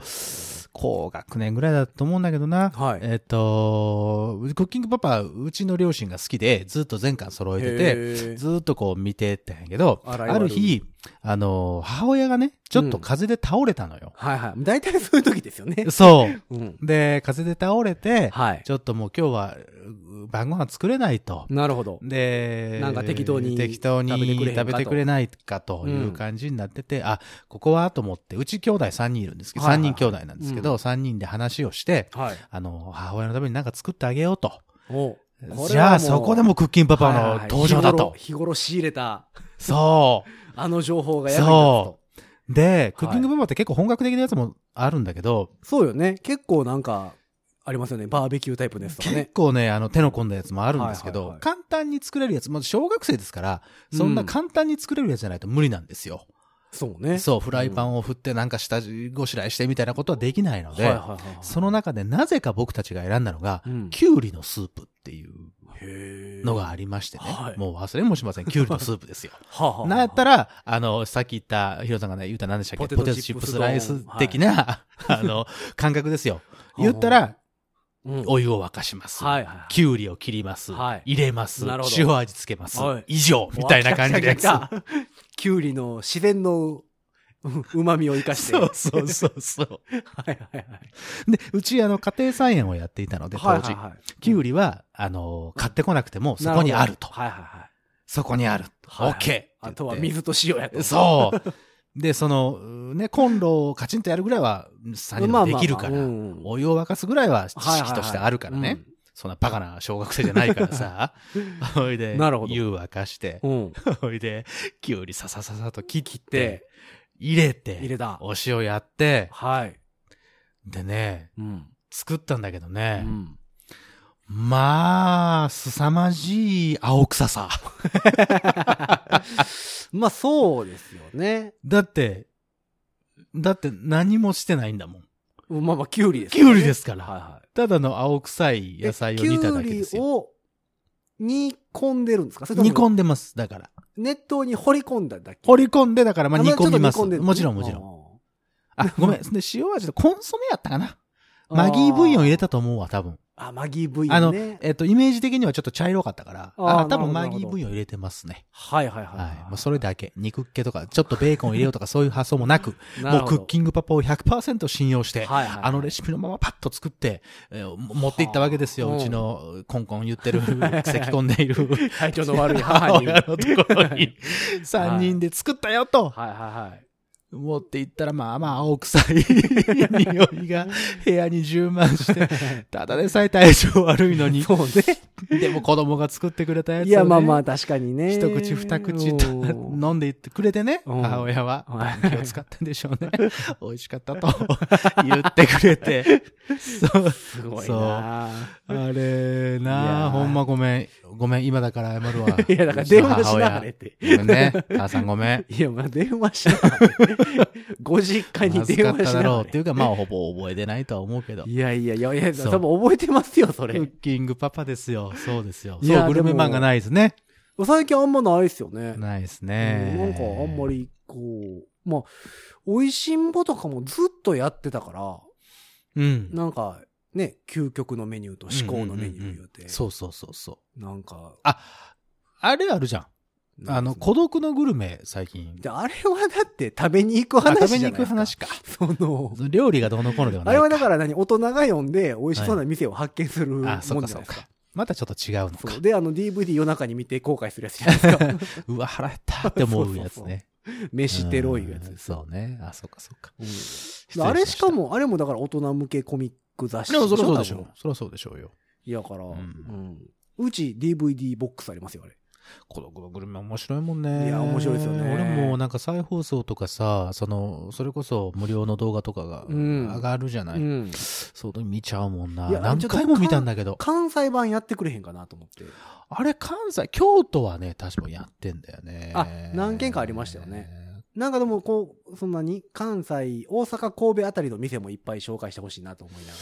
Speaker 3: 高学年ぐらいだと思うんだけどな。
Speaker 2: はい
Speaker 3: えっ、と、クッキングパパ、うちの両親が好きで、ずっと全巻揃えてて、
Speaker 2: へー
Speaker 3: ずーっとこう見てたんやけど、
Speaker 2: あら
Speaker 3: ある日、あのー母親がね、ちょっと風邪で倒れたのよ。
Speaker 2: はいはい。大体そういう時ですよね。
Speaker 3: そう。
Speaker 2: うん。
Speaker 3: で、風邪で倒れて、
Speaker 2: はい。
Speaker 3: ちょっともう今日はう晩ご飯作れないと。
Speaker 2: なるほど。
Speaker 3: で、
Speaker 2: なんか適当に
Speaker 3: 適当に
Speaker 2: 食べてくれへんか
Speaker 3: 食
Speaker 2: と
Speaker 3: べてくれないかという感じになってて、あ、ここはと思って、うち兄弟3人いるんですけど、
Speaker 2: はい
Speaker 3: 3
Speaker 2: はい
Speaker 3: 人兄弟なんですけど、
Speaker 2: う
Speaker 3: 3人で話をして、
Speaker 2: はい。
Speaker 3: あの、母親のために何か作ってあげようと。
Speaker 2: おこれはもう
Speaker 3: じゃあそこでもクッキンパパの登場
Speaker 2: は
Speaker 3: だと。
Speaker 2: いはいはい日頃日頃仕入れた、
Speaker 3: そ
Speaker 2: あの情報
Speaker 3: う。
Speaker 2: がやる
Speaker 3: そ
Speaker 2: と。
Speaker 3: う。で、クッキングパパって結構本格的なやつもあるんだけど、
Speaker 2: そうよね。結構なんか、ありますよね。バーベキュータイプですとか
Speaker 3: 結
Speaker 2: ね。
Speaker 3: 構ね、あの、手の込んだやつもあるんですけど、
Speaker 2: はいはいはい
Speaker 3: 簡単に作れるやつ、まあ、小学生ですから、そんな簡単に作れるやつじゃないと無理なんですよ。
Speaker 2: そうね。
Speaker 3: そう、フライパンを振ってなんか下ごしらえしてみたいなことはできないので、
Speaker 2: はいはいはいはい。
Speaker 3: その中でなぜか僕たちが選んだのが、
Speaker 2: うん
Speaker 3: きゅうりのスープっていう
Speaker 2: へー
Speaker 3: のがありましてね、
Speaker 2: はい
Speaker 3: もう忘れもしません、きゅうりのスープですよ。
Speaker 2: はあ はあはあ
Speaker 3: なんやったら、あの、さっき言った、ヒロさんがね、言った何でしたっけポ
Speaker 2: ポ
Speaker 3: テ
Speaker 2: テ
Speaker 3: ト
Speaker 2: ト
Speaker 3: チ
Speaker 2: チ
Speaker 3: ッ
Speaker 2: ッ
Speaker 3: プ
Speaker 2: プ
Speaker 3: ス
Speaker 2: ス
Speaker 3: ライス
Speaker 2: 丼はい
Speaker 3: 的な、 あの、感覚ですよ。言った
Speaker 2: は
Speaker 3: ら、
Speaker 2: うん
Speaker 3: お湯を沸かします。
Speaker 2: はいはいはい
Speaker 3: きゅうりを切ります。
Speaker 2: はい
Speaker 3: 入れます
Speaker 2: なるほ。ど
Speaker 3: 塩味つけます
Speaker 2: はい。
Speaker 3: 以上みたいな感じです。
Speaker 2: わ来た来た来たきゅうりの自然のうまみを生かして。
Speaker 3: そうそうそうそう。
Speaker 2: はいはいはい。
Speaker 3: で、うち、あの、家庭菜園をやっていたので、当時。
Speaker 2: い
Speaker 3: きゅうりは、あの、買ってこなくても、そこにあると。
Speaker 2: はいはいはい。
Speaker 3: そこにある。オ
Speaker 2: はい
Speaker 3: ッケー
Speaker 2: あとは水と塩やと。
Speaker 3: そう。で、その、うね、コンロをカチンとやるぐらいは、
Speaker 2: ま
Speaker 3: 3人
Speaker 2: あ
Speaker 3: で
Speaker 2: まあまあ
Speaker 3: できるから
Speaker 2: う、ん
Speaker 3: お湯を沸かすぐらいは知識としてあるから
Speaker 2: はいはい
Speaker 3: ね
Speaker 2: はい。
Speaker 3: そんなバカな小学生じゃないか らさ。おいで
Speaker 2: なるほ、ど
Speaker 3: 湯沸かして、
Speaker 2: うん。うん。
Speaker 3: おいで、きゅうりささささと切って
Speaker 2: で、、
Speaker 3: 入れ
Speaker 2: 入
Speaker 3: て、
Speaker 2: れた。
Speaker 3: お塩やって、
Speaker 2: はい。
Speaker 3: でね、
Speaker 2: うん。
Speaker 3: 作ったんだけど
Speaker 2: う
Speaker 3: ね、
Speaker 2: ん
Speaker 3: まあ、凄まじい青臭さ。
Speaker 2: まあそうですよね。
Speaker 3: だって、だって何もしてないんだもん。
Speaker 2: まあまあ、きゅうりです
Speaker 3: きゅうりですか。
Speaker 2: からはいはい。
Speaker 3: ただの青臭い野菜を煮ただけです
Speaker 2: きゅう
Speaker 3: よ。
Speaker 2: りを煮込んでるんですかそれとも
Speaker 3: 煮込んでます、だから。
Speaker 2: 熱湯に掘り込んだだけ。
Speaker 3: 掘り込んで、だからまあ煮込みます。
Speaker 2: あちょっと煮込でる
Speaker 3: もちろんもちろん。
Speaker 2: ん。
Speaker 3: あ、ごめん。で、塩味とコンソメやったかな。
Speaker 2: あー
Speaker 3: マギーブイヨン入れたと思うわ、多分。
Speaker 2: あ、マギー V ね。
Speaker 3: あの、えっと、イメージ的にはちょっと茶色かったから、
Speaker 2: あー
Speaker 3: あ多分
Speaker 2: なる
Speaker 3: マ
Speaker 2: ほど
Speaker 3: ギー V を入れてますね。
Speaker 2: はいはいはい。
Speaker 3: はい。もうそれだけ。肉っ気とか、ちょっとベーコン入れようとかそういう発想も なく、もうクッキングパパを100%信用して、
Speaker 2: はいはいはい
Speaker 3: あのレシピのままパッと作って、えーも持っていったわけです
Speaker 2: は
Speaker 3: よ。
Speaker 2: あ
Speaker 3: うちのコンコン言ってる、咳き込んで いる。
Speaker 2: 体調の悪い母
Speaker 3: 母
Speaker 2: に。
Speaker 3: 親
Speaker 2: はい
Speaker 3: のところに、3人で作ったよと、
Speaker 2: はいはい。
Speaker 3: 持っていったら、まあまあ、青臭い 匂いが部屋に充満して、ただでさえ体調悪いのに、
Speaker 2: そうね。
Speaker 3: でも子供が作ってくれたやつを、ね、
Speaker 2: いや、まあまあ、確かにね。
Speaker 3: 一口二口と
Speaker 2: うん
Speaker 3: 飲んでいってくれてね、
Speaker 2: うん
Speaker 3: 母親は
Speaker 2: はい。
Speaker 3: 気を使ったんでしょうね。 美味しかったと 言ってく れて。そう。
Speaker 2: すごいな
Speaker 3: あれ
Speaker 2: いや
Speaker 3: な
Speaker 2: ー
Speaker 3: あ、ほんまごめん。ごめん、今だから謝るわ。
Speaker 2: いや、だから電話しながらっ
Speaker 3: う
Speaker 2: て。
Speaker 3: ちの母親ごめんね。母さんご めん。
Speaker 2: いや、まあ電話しながらね。 ご実家に
Speaker 3: まずか
Speaker 2: 電
Speaker 3: った
Speaker 2: 話し
Speaker 3: だ
Speaker 2: な
Speaker 3: ろう
Speaker 2: が
Speaker 3: って
Speaker 2: ら。
Speaker 3: いうか、まあほぼ覚えてないとは思うけど。
Speaker 2: いやいやいや、いや、
Speaker 3: そう
Speaker 2: 多分覚えてますよ、そ
Speaker 3: ク
Speaker 2: れ。
Speaker 3: ッキングパパですよ。そうですよ。
Speaker 2: いや
Speaker 3: そう、グルメ
Speaker 2: でも
Speaker 3: 漫画ないですね。
Speaker 2: 最近あんまないですよね。
Speaker 3: ないです
Speaker 2: う
Speaker 3: ね
Speaker 2: ん。なんかあんま。り、こう、まあ、美味しんぼとかもずっとやってたから、
Speaker 3: うん。
Speaker 2: なんか、ね、究極のメニューと至高のメニュー言うて、
Speaker 3: そうそうそうそう。
Speaker 2: なんか、
Speaker 3: あ、あれあるじゃん。
Speaker 2: なん
Speaker 3: あの、
Speaker 2: か
Speaker 3: 孤独のグルメ、最近。
Speaker 2: であれはだって食べに行く
Speaker 3: あ
Speaker 2: 話
Speaker 3: 食
Speaker 2: じ
Speaker 3: べ
Speaker 2: ゃな
Speaker 3: に
Speaker 2: いで
Speaker 3: 行く
Speaker 2: すか。
Speaker 3: 話か。
Speaker 2: その、
Speaker 3: その料理がどうのこうのでは な
Speaker 2: あ
Speaker 3: い
Speaker 2: れ
Speaker 3: か。
Speaker 2: はだから何大人が読んで美味しそうな店を発見するもんじゃ
Speaker 3: あ、そう
Speaker 2: な
Speaker 3: か
Speaker 2: い
Speaker 3: そう
Speaker 2: です
Speaker 3: か
Speaker 2: か。。
Speaker 3: またちょっと違うの
Speaker 2: そう
Speaker 3: か。
Speaker 2: で、あの DVD 夜中に見て後悔するやつじゃ ないですか。
Speaker 3: うわ、腹減ったって思うやつ ね。
Speaker 2: 飯テロいうやつ
Speaker 3: うん
Speaker 2: です。
Speaker 3: そうね。あ、そうかそうか。
Speaker 2: うん
Speaker 3: 失礼
Speaker 2: あれしか
Speaker 3: ま
Speaker 2: も、あれもだから大人向けコミック雑誌
Speaker 3: た。でもそりゃそうでし
Speaker 2: 多
Speaker 3: ょ
Speaker 2: 分。
Speaker 3: そりゃそうでしょうよ。
Speaker 2: いやから、う
Speaker 3: うん
Speaker 2: ん。うち DVD ボックスありますよ、あれ。
Speaker 3: 孤独のグルメ面白いもんね。
Speaker 2: いや面白いですよね
Speaker 3: 俺もなんか再放送とかさ、その、それこそ無料の動画とかが
Speaker 2: うん
Speaker 3: 上がるじゃない。
Speaker 2: うん。
Speaker 3: そう、見ちゃうもんな。
Speaker 2: いや
Speaker 3: 何
Speaker 2: ちょっと
Speaker 3: 回も見たんだけど。
Speaker 2: 関西版やってくれへんかなと思って。
Speaker 3: あれ、関西、京都はね、確かやってんだよね。
Speaker 2: あ何軒かありましたよね。なんかでも、こう、そんなに関西、大阪、神戸あたりの店もいっぱい紹介してほしいなと思いなが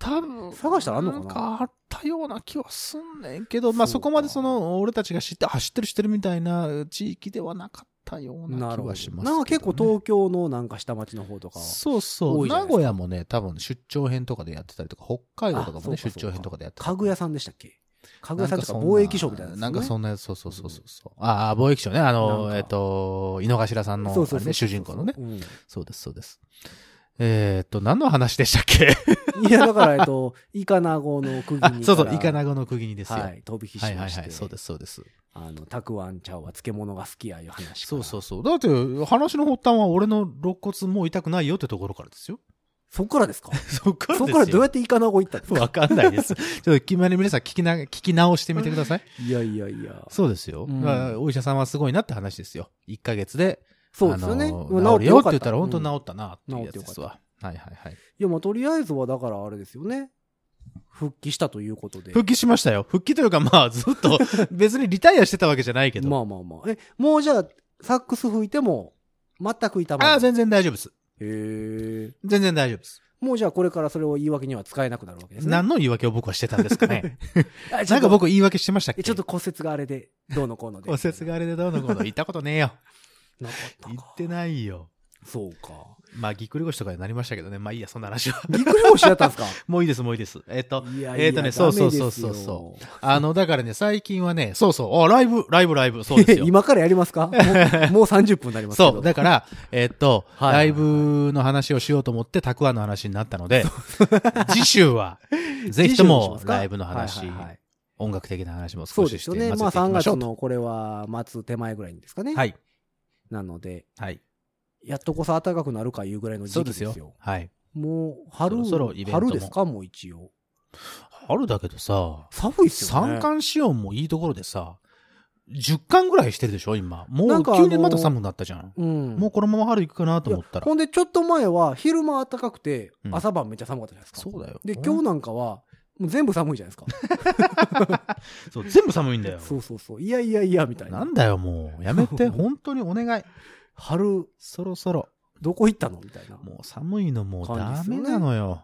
Speaker 3: 多分
Speaker 2: 探したらあんのかなん
Speaker 3: かあったような気はすんねんけど、まあ
Speaker 2: そうか
Speaker 3: そこまでその、俺たちが知って、あ、知ってる知ってるみたいな地域ではなかったよう
Speaker 2: ら。
Speaker 3: な気はしますけど、ね。
Speaker 2: なんか結構東京のなんか下町の方とかは。
Speaker 3: そうそ
Speaker 2: 多
Speaker 3: う。
Speaker 2: いじゃないです
Speaker 3: 名
Speaker 2: か
Speaker 3: 古屋もね、多分出張編とかでやってたりとか、北海道とかもね、
Speaker 2: あそう
Speaker 3: 出
Speaker 2: か
Speaker 3: 張編とかでやってたり
Speaker 2: 家
Speaker 3: とか。
Speaker 2: 具屋さんでしたっけ家具屋
Speaker 3: なん
Speaker 2: さん
Speaker 3: か
Speaker 2: とか
Speaker 3: そんな
Speaker 2: 貿易商みたいなやつですね、
Speaker 3: なんかそんなやつ、そうそうそうそうそう。ああ、貿易商ね。
Speaker 2: な
Speaker 3: あ
Speaker 2: ん
Speaker 3: の、
Speaker 2: か
Speaker 3: えっと、井の頭さんの、
Speaker 2: そうそうそう
Speaker 3: あれね主人公のね。
Speaker 2: うん
Speaker 3: そうです、そうです。えーっと、何の話でしたっ け
Speaker 2: いや、だから、えっと、イカナゴの釘にか
Speaker 3: あ
Speaker 2: ら。
Speaker 3: そうそう、イカナゴの釘にですよ。
Speaker 2: は
Speaker 3: はい
Speaker 2: い、飛び火し
Speaker 3: はいは
Speaker 2: ま
Speaker 3: い
Speaker 2: して。
Speaker 3: そうです、そうです。
Speaker 2: あの、たくあんちゃうわ、漬物が好きやいう話か
Speaker 3: そ
Speaker 2: ら。
Speaker 3: うそうそう。だって、話の発端は俺の肋骨もう痛くないよってところからですよ。
Speaker 2: そっからですか
Speaker 3: そっ か
Speaker 2: そっからどうや
Speaker 3: っ
Speaker 2: ってイカナゴ行ったんですか
Speaker 3: わかんな いです。ちょっと、まり皆さん聞きな、聞き直してみてください。
Speaker 2: いやいやいや。
Speaker 3: そうですよ、
Speaker 2: うん
Speaker 3: だからお医者さんはすごいなって話ですよ。1ヶ月で、
Speaker 2: そうですよね。
Speaker 3: あの
Speaker 2: もう
Speaker 3: 治るよって
Speaker 2: か
Speaker 3: 言ったら本当
Speaker 2: うん
Speaker 3: 治ったなっていうやつです
Speaker 2: うん治
Speaker 3: わ。はいはいはい。
Speaker 2: いや、まあ、とりあえずは、だからあれですよね。復帰したということで。
Speaker 3: 復帰しましたよ。復帰というかまあ、ず っと別にリタイアしてたわけじゃないけど。
Speaker 2: まあまあまあ。え、もうじゃあ、サックス吹いても、全く痛まない。
Speaker 3: ああ、全然大丈夫です。
Speaker 2: へえ。
Speaker 3: 全然大丈夫です。
Speaker 2: もうじゃあ、これからそれを言い訳には使えなくなるわけですね。
Speaker 3: 何の言い訳を僕はしてたんですかね。
Speaker 2: あ ちょ
Speaker 3: な
Speaker 2: っ
Speaker 3: んか
Speaker 2: と
Speaker 3: 僕言い訳してましたっけ
Speaker 2: えちょっと骨折があれで、どうのこうので。
Speaker 3: 骨折があれでどうのこうの言ったことね えよ。
Speaker 2: なかった
Speaker 3: 言
Speaker 2: か。
Speaker 3: ってないよ。
Speaker 2: そうか。
Speaker 3: まあ、ぎっくり腰とかになりましたけどね。まあいいや、そんな話は。
Speaker 2: ぎっくり腰だったんですか
Speaker 3: もういいです、 もういいです。えっ、と、
Speaker 2: いや。
Speaker 3: えーとねそうそうそうそうそうあの、だからね、最近はね、そうそう、あ、ライブ、ライブ、ライブ、そうですよ。
Speaker 2: 今からやりますかもう もう30分になりますけど。
Speaker 3: そう、だから、えっと、
Speaker 2: はい
Speaker 3: ライブの話をしようと思って、たくあんの話になった ので、次週は、ぜひともライブの話、
Speaker 2: はいはいはい
Speaker 3: 音楽的な話も
Speaker 2: そ
Speaker 3: 少
Speaker 2: う
Speaker 3: し
Speaker 2: です
Speaker 3: して、
Speaker 2: よね。まあ
Speaker 3: 混ぜてい
Speaker 2: 3
Speaker 3: きましょ
Speaker 2: 月
Speaker 3: うと
Speaker 2: のこれは末手前ぐらいにですかね。
Speaker 3: はい。
Speaker 2: なので、
Speaker 3: はい。
Speaker 2: やっとこそ暖かくなるかいうぐらいの
Speaker 3: そ
Speaker 2: 時
Speaker 3: う
Speaker 2: 期
Speaker 3: で
Speaker 2: ですすよ。
Speaker 3: よ。はい。
Speaker 2: もう春
Speaker 3: そろそろイベントも
Speaker 2: 春ですかもう一応。
Speaker 3: 春だけどさ、
Speaker 2: 寒いっすよね。
Speaker 3: 三寒四温もいいところでさ、10巻ぐらいしてるでしょ、今。
Speaker 2: な
Speaker 3: も
Speaker 2: ん
Speaker 3: う
Speaker 2: かあの
Speaker 3: 急にまた寒くなったじゃん。
Speaker 2: うん。
Speaker 3: もうこのまま春行くかなと思った
Speaker 2: いや
Speaker 3: ら
Speaker 2: ほ。んでちょっと前は昼間暖かくて
Speaker 3: うん
Speaker 2: 朝晩めっちゃ寒かったじゃないですか。
Speaker 3: そうだよ。
Speaker 2: で、今日なんかはもう全部寒いじゃないですか。
Speaker 3: そう、全部寒いんだよ。
Speaker 2: そうそうそう。いやいやいや、みたいな。
Speaker 3: なんだよ、もう。や めて、本当にお願い。
Speaker 2: 春、
Speaker 3: そろそろ。
Speaker 2: どこ行ったのみたいな。
Speaker 3: もう寒いのもう
Speaker 2: 感じ
Speaker 3: ダ
Speaker 2: ですよ
Speaker 3: メ
Speaker 2: ね
Speaker 3: なのよ。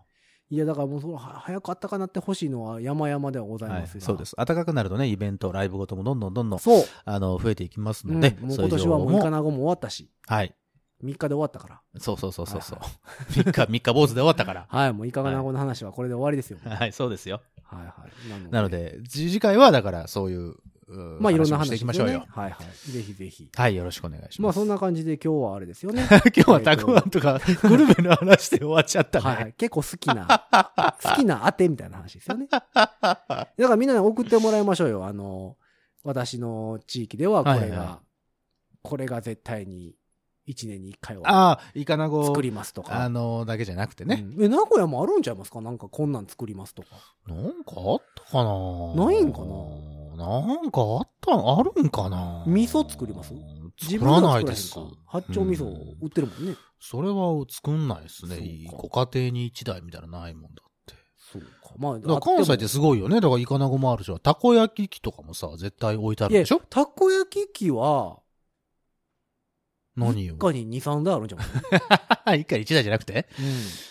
Speaker 2: いや、だからもうその、は早くあったかなってほしいのは山々ではござい
Speaker 3: は
Speaker 2: ま
Speaker 3: い
Speaker 2: すが、。
Speaker 3: そうですす。暖かくなるとね、イベント、ライブごともどんどんどんどん、
Speaker 2: そう。
Speaker 3: あの、増えていきます
Speaker 2: うん
Speaker 3: ので、
Speaker 2: もう
Speaker 3: そうい
Speaker 2: 今
Speaker 3: う情
Speaker 2: 年は
Speaker 3: 報
Speaker 2: もうイカナゴも終わったし、
Speaker 3: はい。
Speaker 2: 3日で終わったから。
Speaker 3: そうそうそうそうそう。3日、3日坊主で終わったから。
Speaker 2: はい、もういかがなこの話はこれで終わりですよ。
Speaker 3: はい、そうですよ。
Speaker 2: はいはい。なので
Speaker 3: なので、次次回はだからそういう、う
Speaker 2: まあいろんな
Speaker 3: を
Speaker 2: 話
Speaker 3: していきま
Speaker 2: です
Speaker 3: しょ
Speaker 2: ね
Speaker 3: うよ。
Speaker 2: はいはい。ぜひぜひ。
Speaker 3: はい、よろしくお願いし
Speaker 2: ま
Speaker 3: ま
Speaker 2: あ
Speaker 3: す。
Speaker 2: そんな感じで今日はあれですよね。
Speaker 3: 今日はたくあんとか、グルメの話で終わっちゃったね。
Speaker 2: はいはい。結構好き な、好きなあてみたいな話ですよね。だからみんなに送ってもらいましょうよ。あの、私の地域ではこれが、
Speaker 3: はいは
Speaker 2: これが絶対に1年に1回は
Speaker 3: ああ、イカナゴ、
Speaker 2: 作りますとか。
Speaker 3: あの、だけじゃなくてね。
Speaker 2: うんえ、名古屋もあるんちゃいますかなんかこんなん作りますとか。
Speaker 3: なんかあったかな
Speaker 2: ないんかな
Speaker 3: なんかあったの、あるんかな
Speaker 2: 味噌作ります
Speaker 3: 作らない
Speaker 2: で
Speaker 3: で
Speaker 2: は
Speaker 3: す
Speaker 2: 作らへんか。八丁味噌売ってるもんね。
Speaker 3: それは作んないですね。
Speaker 2: そうか
Speaker 3: いいご家庭に一台みたいなのないもんだって。
Speaker 2: そうか。まあ、
Speaker 3: だから関西ってすごいよね。だからイカナゴもあるし、たこ焼き器とかもさ、絶対置いてあるでしょ
Speaker 2: いやたこ焼き器は、
Speaker 3: 何を
Speaker 2: 一。家に2、3台あるんじゃない、
Speaker 3: 一回一台じゃなくて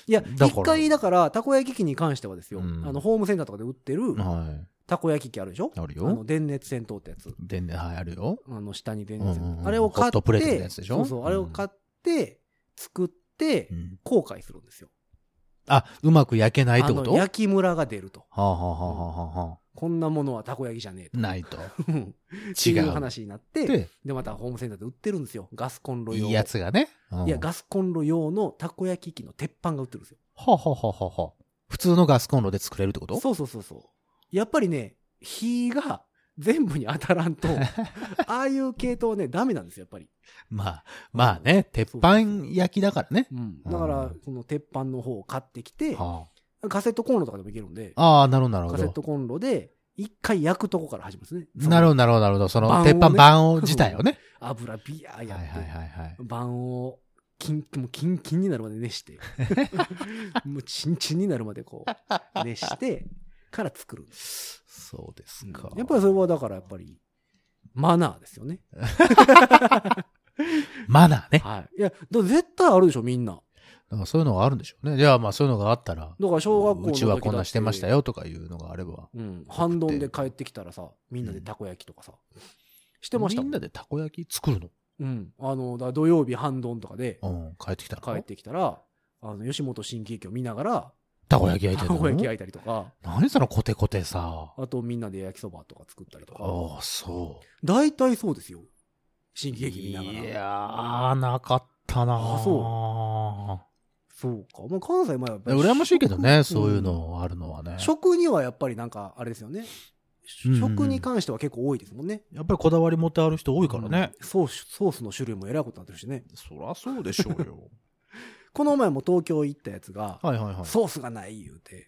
Speaker 2: いや、
Speaker 3: だから
Speaker 2: 一回だから、たこ焼き器に関してはですよ、
Speaker 3: うん
Speaker 2: あの、ホームセンターとかで売ってる、
Speaker 3: は
Speaker 2: たこ焼き器あるでしょ
Speaker 3: い。ある
Speaker 2: あの、
Speaker 3: よ。
Speaker 2: 電熱線通ったやつ。
Speaker 3: でね、はい、あるよ。
Speaker 2: あの、下に電熱
Speaker 3: うんうんう
Speaker 2: 線。
Speaker 3: ん
Speaker 2: あれを買
Speaker 3: ホ
Speaker 2: って、
Speaker 3: ットプレートのやつでしょ
Speaker 2: そうそう、あれを買って、作って
Speaker 3: う、ん
Speaker 2: 後悔するんですよ。
Speaker 3: あ、うまく焼けないっ
Speaker 2: あ
Speaker 3: てこ
Speaker 2: の、
Speaker 3: とは
Speaker 2: 焼きムラが出ると。
Speaker 3: あはあはあはあはあはあ。
Speaker 2: こんなものはたこ焼きじゃねえと。
Speaker 3: ない と。
Speaker 2: っていう話になって、
Speaker 3: で、
Speaker 2: で、またホームセンターで売ってるんですよ。ガスコンロ
Speaker 3: い
Speaker 2: 用。
Speaker 3: いやつがね。
Speaker 2: いや、
Speaker 3: は
Speaker 2: ガスコンロ用のたこ焼き器の鉄板が売ってるんですよ。
Speaker 3: ははははは。普通のガスコンロで作れるってこと
Speaker 2: そうそうそうそう。やっぱりね、火が全部に当たら んと、ああいう系統ね、ダメなんですよ、やっぱり。
Speaker 3: まあ、まあね、鉄板焼きだからね。
Speaker 2: うん。だから
Speaker 3: うん、
Speaker 2: その鉄板の方を買ってきて、
Speaker 3: は
Speaker 2: カセットコンロとかでもいけるんで、
Speaker 3: あ、ああ、なるほど、なるほ
Speaker 2: カセッ
Speaker 3: ど。
Speaker 2: トコンロで、一回焼くとこから始まるんですね。
Speaker 3: なるほど、なるほど、なるほど。そ
Speaker 2: 板を
Speaker 3: の、
Speaker 2: ね
Speaker 3: 鉄板板を自体 をね。
Speaker 2: その油ビヤー
Speaker 3: はい
Speaker 2: や
Speaker 3: は
Speaker 2: っ
Speaker 3: い
Speaker 2: て、
Speaker 3: はいはい。
Speaker 2: 板を、キン、もうキンキンになるまで熱 して、もうチンチンになるまでこう、熱して、から作るんです
Speaker 3: そうです
Speaker 2: うん
Speaker 3: か。
Speaker 2: やっぱりそれはだからやっぱり、マナーですよね。
Speaker 3: マナーね。
Speaker 2: はい。いや、だ絶対あるでしょ、みんな。
Speaker 3: だからそういうのがあるんでしょうね。じゃあまあそういうのがあったら、
Speaker 2: だから小学校の時だ
Speaker 3: う
Speaker 2: って
Speaker 3: ちはこんなしてました。よとかいうのがあれば。
Speaker 2: うん。半丼で帰ってきたらさ、みんなでたこ焼きとかさ、してましたも
Speaker 3: みんなでたこ焼き作るの
Speaker 2: うん。あの、だから土曜日半丼とかで
Speaker 3: うん、帰ってきた
Speaker 2: 帰っ
Speaker 3: ら。
Speaker 2: てきたら、あの、吉本新喜劇を見ながら、
Speaker 3: たこ焼き焼いて
Speaker 2: た
Speaker 3: るの
Speaker 2: こ焼き焼いたりとか、
Speaker 3: 何そのコテコテさ。
Speaker 2: あとみんなで焼きそばとか作ったりとか、
Speaker 3: ああ、そう。
Speaker 2: 大体そうですよ。新喜劇見
Speaker 3: い
Speaker 2: ながら。
Speaker 3: やー、なかったなー
Speaker 2: あそうか。まあ関西まあやっぱり
Speaker 3: 羨ましいけどね、そういうんのあるのはね。
Speaker 2: 食にはやっぱりなんかあれですよね、し
Speaker 3: うんうん
Speaker 2: 食に関しては結構多いですもんね
Speaker 3: やっぱりこだわり持ってある人多いからね。
Speaker 2: うんソースソースの種類もえらいことになってるしね
Speaker 3: そりゃそうでしょうよ。
Speaker 2: この前も東京行ったやつが、
Speaker 3: はいはいはい。
Speaker 2: ソースがない言うて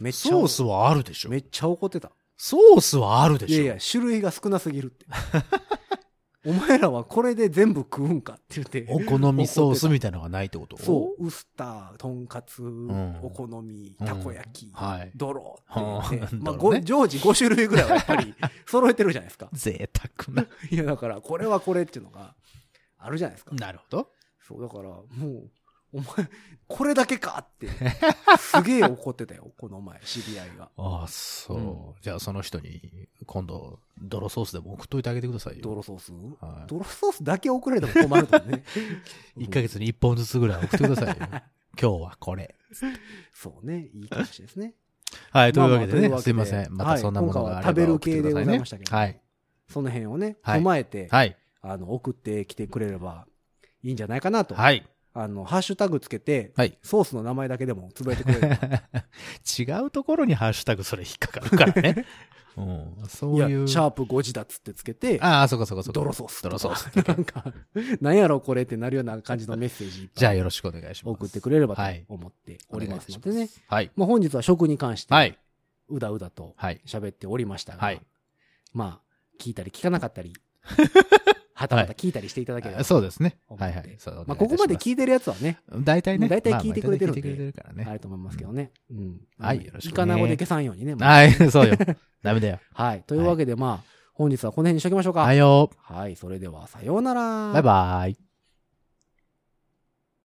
Speaker 2: めっちゃ
Speaker 3: ソースはあるでしょ
Speaker 2: め。っちゃ怒ってた
Speaker 3: ソースはあるで
Speaker 2: いやい
Speaker 3: しょ
Speaker 2: や。種類が少なすぎるって お前らはこれで全部食うんかって言って
Speaker 3: お好みソースみたいなのがないってこと
Speaker 2: そうウスターとんかつ、
Speaker 3: ん
Speaker 2: お好み
Speaker 3: うん
Speaker 2: たこ焼き、
Speaker 3: はい。
Speaker 2: ドローって言って、
Speaker 3: うん
Speaker 2: まあ、
Speaker 3: ドロ
Speaker 2: ご
Speaker 3: ね
Speaker 2: 常時5種類ぐらいはやっぱり 揃えてるじゃないですか
Speaker 3: 贅沢な。
Speaker 2: いや、だから、これはこれっていうのが、あるじゃないですか。
Speaker 3: なるほど。
Speaker 2: そう、だから、もう、お前、これだけかって、すげえ怒ってたよ、 この前、知り合いが。
Speaker 3: ああ、そう。
Speaker 2: うん
Speaker 3: じゃあその人に、今度、泥ソースでも送っといてあげてくださいよ。
Speaker 2: 泥ソース
Speaker 3: はい
Speaker 2: 泥ソースだけ送られても困るからね。
Speaker 3: 1ヶ月に1本ずつぐらい送ってくださいよ。今日はこれ。
Speaker 2: そうね、いい話ですね。
Speaker 3: はい、というわ
Speaker 2: まあま
Speaker 3: け
Speaker 2: あとい
Speaker 3: で
Speaker 2: うわ
Speaker 3: ね、
Speaker 2: けです
Speaker 3: いません。またそんなものが
Speaker 2: は
Speaker 3: あれば
Speaker 2: い今回は
Speaker 3: 送ってく
Speaker 2: 食べる系で
Speaker 3: ださ
Speaker 2: ご
Speaker 3: いね
Speaker 2: ざいましたけど
Speaker 3: はい。
Speaker 2: その辺をね、
Speaker 3: はい
Speaker 2: 踏まえて、
Speaker 3: はい。
Speaker 2: あの、送ってきてくれればいいんじゃないかなと。
Speaker 3: はい。
Speaker 2: あの、ハッシュタグつけて、
Speaker 3: はい。
Speaker 2: ソースの名前だけでもつぶやいてくれ れば。
Speaker 3: 違うところにハッシュタグそれ引っかかるから ね。うん。そう
Speaker 2: いや、
Speaker 3: いう。
Speaker 2: シャープ5時だっつってつけて、
Speaker 3: ああ、そうかそうかそうか。
Speaker 2: 泥ソースとか。
Speaker 3: 泥ソース。
Speaker 2: なんか、 なんやろこれってなるような感じのメッセージいっぱい
Speaker 3: じゃあよろしくお願いします。
Speaker 2: 送ってくれればと
Speaker 3: はい
Speaker 2: 思って
Speaker 3: お
Speaker 2: おり
Speaker 3: 願い
Speaker 2: ます
Speaker 3: し
Speaker 2: の
Speaker 3: ま
Speaker 2: ですね。。
Speaker 3: はい。
Speaker 2: まあ本日は食に関して、
Speaker 3: はい。
Speaker 2: うだうだと
Speaker 3: はい。
Speaker 2: 喋っておりましたが、
Speaker 3: はい
Speaker 2: まあ、聞いたり聞かなかった り、はたまた聞いたりしていただければ。
Speaker 3: あそうですね。
Speaker 2: 思って
Speaker 3: はいはい。そう
Speaker 2: まあここまで
Speaker 3: い
Speaker 2: 聞いてるやつはね、
Speaker 3: ます、大体ね。
Speaker 2: 大体聞いてくれてるんで
Speaker 3: まあまあ大体聞いてくれてるから
Speaker 2: あ
Speaker 3: ね。
Speaker 2: ると思いますけどね。うん。
Speaker 3: はい
Speaker 2: あの
Speaker 3: よろしくね
Speaker 2: イカナゴで消さんようにね。まあ
Speaker 3: はい、そうよ。ダメだよ。
Speaker 2: はい。というわけでまあ、本日はこの辺にしときましょうか。
Speaker 3: はいよ。
Speaker 2: はい。それでは、さようなら。
Speaker 3: バイバイ。